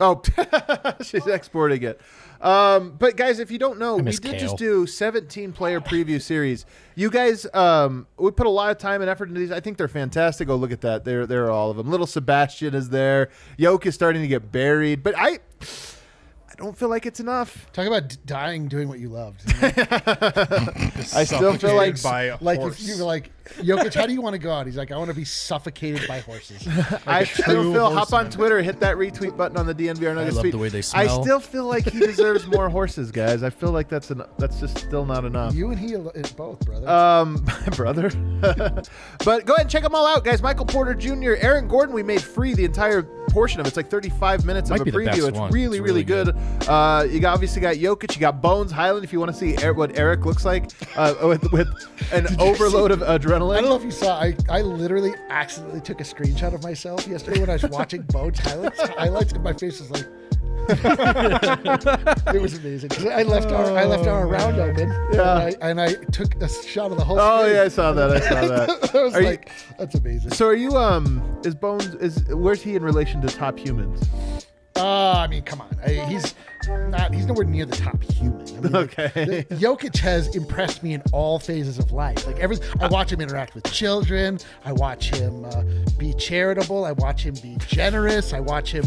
on, hold on. I just finished it. Make
Oh, she's exporting it. Um, but guys, if you don't know, we
miss
did
kale.
just do 17 player preview series. You guys, um, we put a lot of time and effort into these. I think they're fantastic. Oh, look at that. There, there are all of them. Little Sebastian is there. Yoke is starting to get buried, but I, I don't feel like it's enough.
Talk about d- dying doing what you loved.
I still feel like
by a
Like
horse.
if you were like, Jokic, how do you want to go out? He's like, I want to be suffocated by horses.
I still
true
feel hop on
horseman.
Twitter, hit that retweet button on the DNVR Nuggets
love
tweet.
the way they
I
smell.
still feel like he deserves more horses, guys. I feel like that's an, that's just still not enough.
You and he al- is both, brother.
Um, my brother. but go ahead and check them all out, guys. Michael Porter Jr., Aaron Gordon. We made free the entire portion of it. It's like 35 minutes
Might
of
be
a
the best
preview. It's
one.
really,
It's really
really good. Uh, you got, obviously got Jokic. You got Bones Highland. If you want to see Er- what Eric looks like uh, with with an overload of adrenaline.
I don't know if you saw. I, I literally accidentally took a screenshot of myself yesterday when I was watching Bones highlights. Highlights, and my face was like, it was amazing. 'Cause I left our I left our round open,
Yeah.
and, I, and I took a shot of the whole.
Oh
screen.
yeah, I saw that. I saw that.
I was
Are you-
like, that's amazing.
so are you? Um, is Bones? Is where's he in relation to top humans?
Uh, I mean, come on. I, he's not. He's nowhere near the top human. I mean, like,
Okay.
the- Jokic has impressed me in all phases of life. Like every, I watch him interact with children. I watch him uh, be charitable. I watch him be generous. I watch him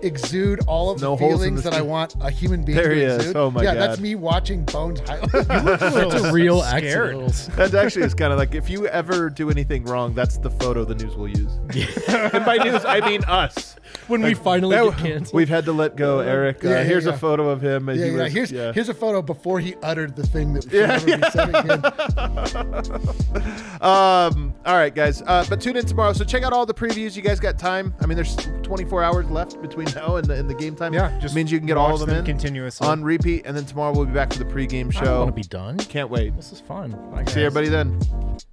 exude all of
No
the
holes in
feelings
the
that I
suit.
want a human being
There
to
he is.
exude.
Oh my
yeah,
God.
that's me watching Bones Highland.
That's a real
Scared.
accident.
That actually is kind of like if you ever do anything wrong, that's the photo the news will use. and by news, I mean us.
When we finally
That-
get canceled.
We've had to let go, Eric. Uh,
Yeah, yeah,
here's a
yeah.
photo of him. As
yeah,
he
yeah.
was-
Here's
yeah.
here's a photo before he uttered the thing that we should never be said again.
Um, all right, guys. Uh, but tune in tomorrow. So check out all the previews. You guys got time. I mean, there's 24 hours left between now and the, and the game time.
Yeah, just
means you can get all of
watch
them,
them
in
continuously.
on repeat. And then tomorrow we'll be back for the pregame
I don't
show.
want to be done.
Can't wait.
This is fun. Bye,
See
guys.
everybody then.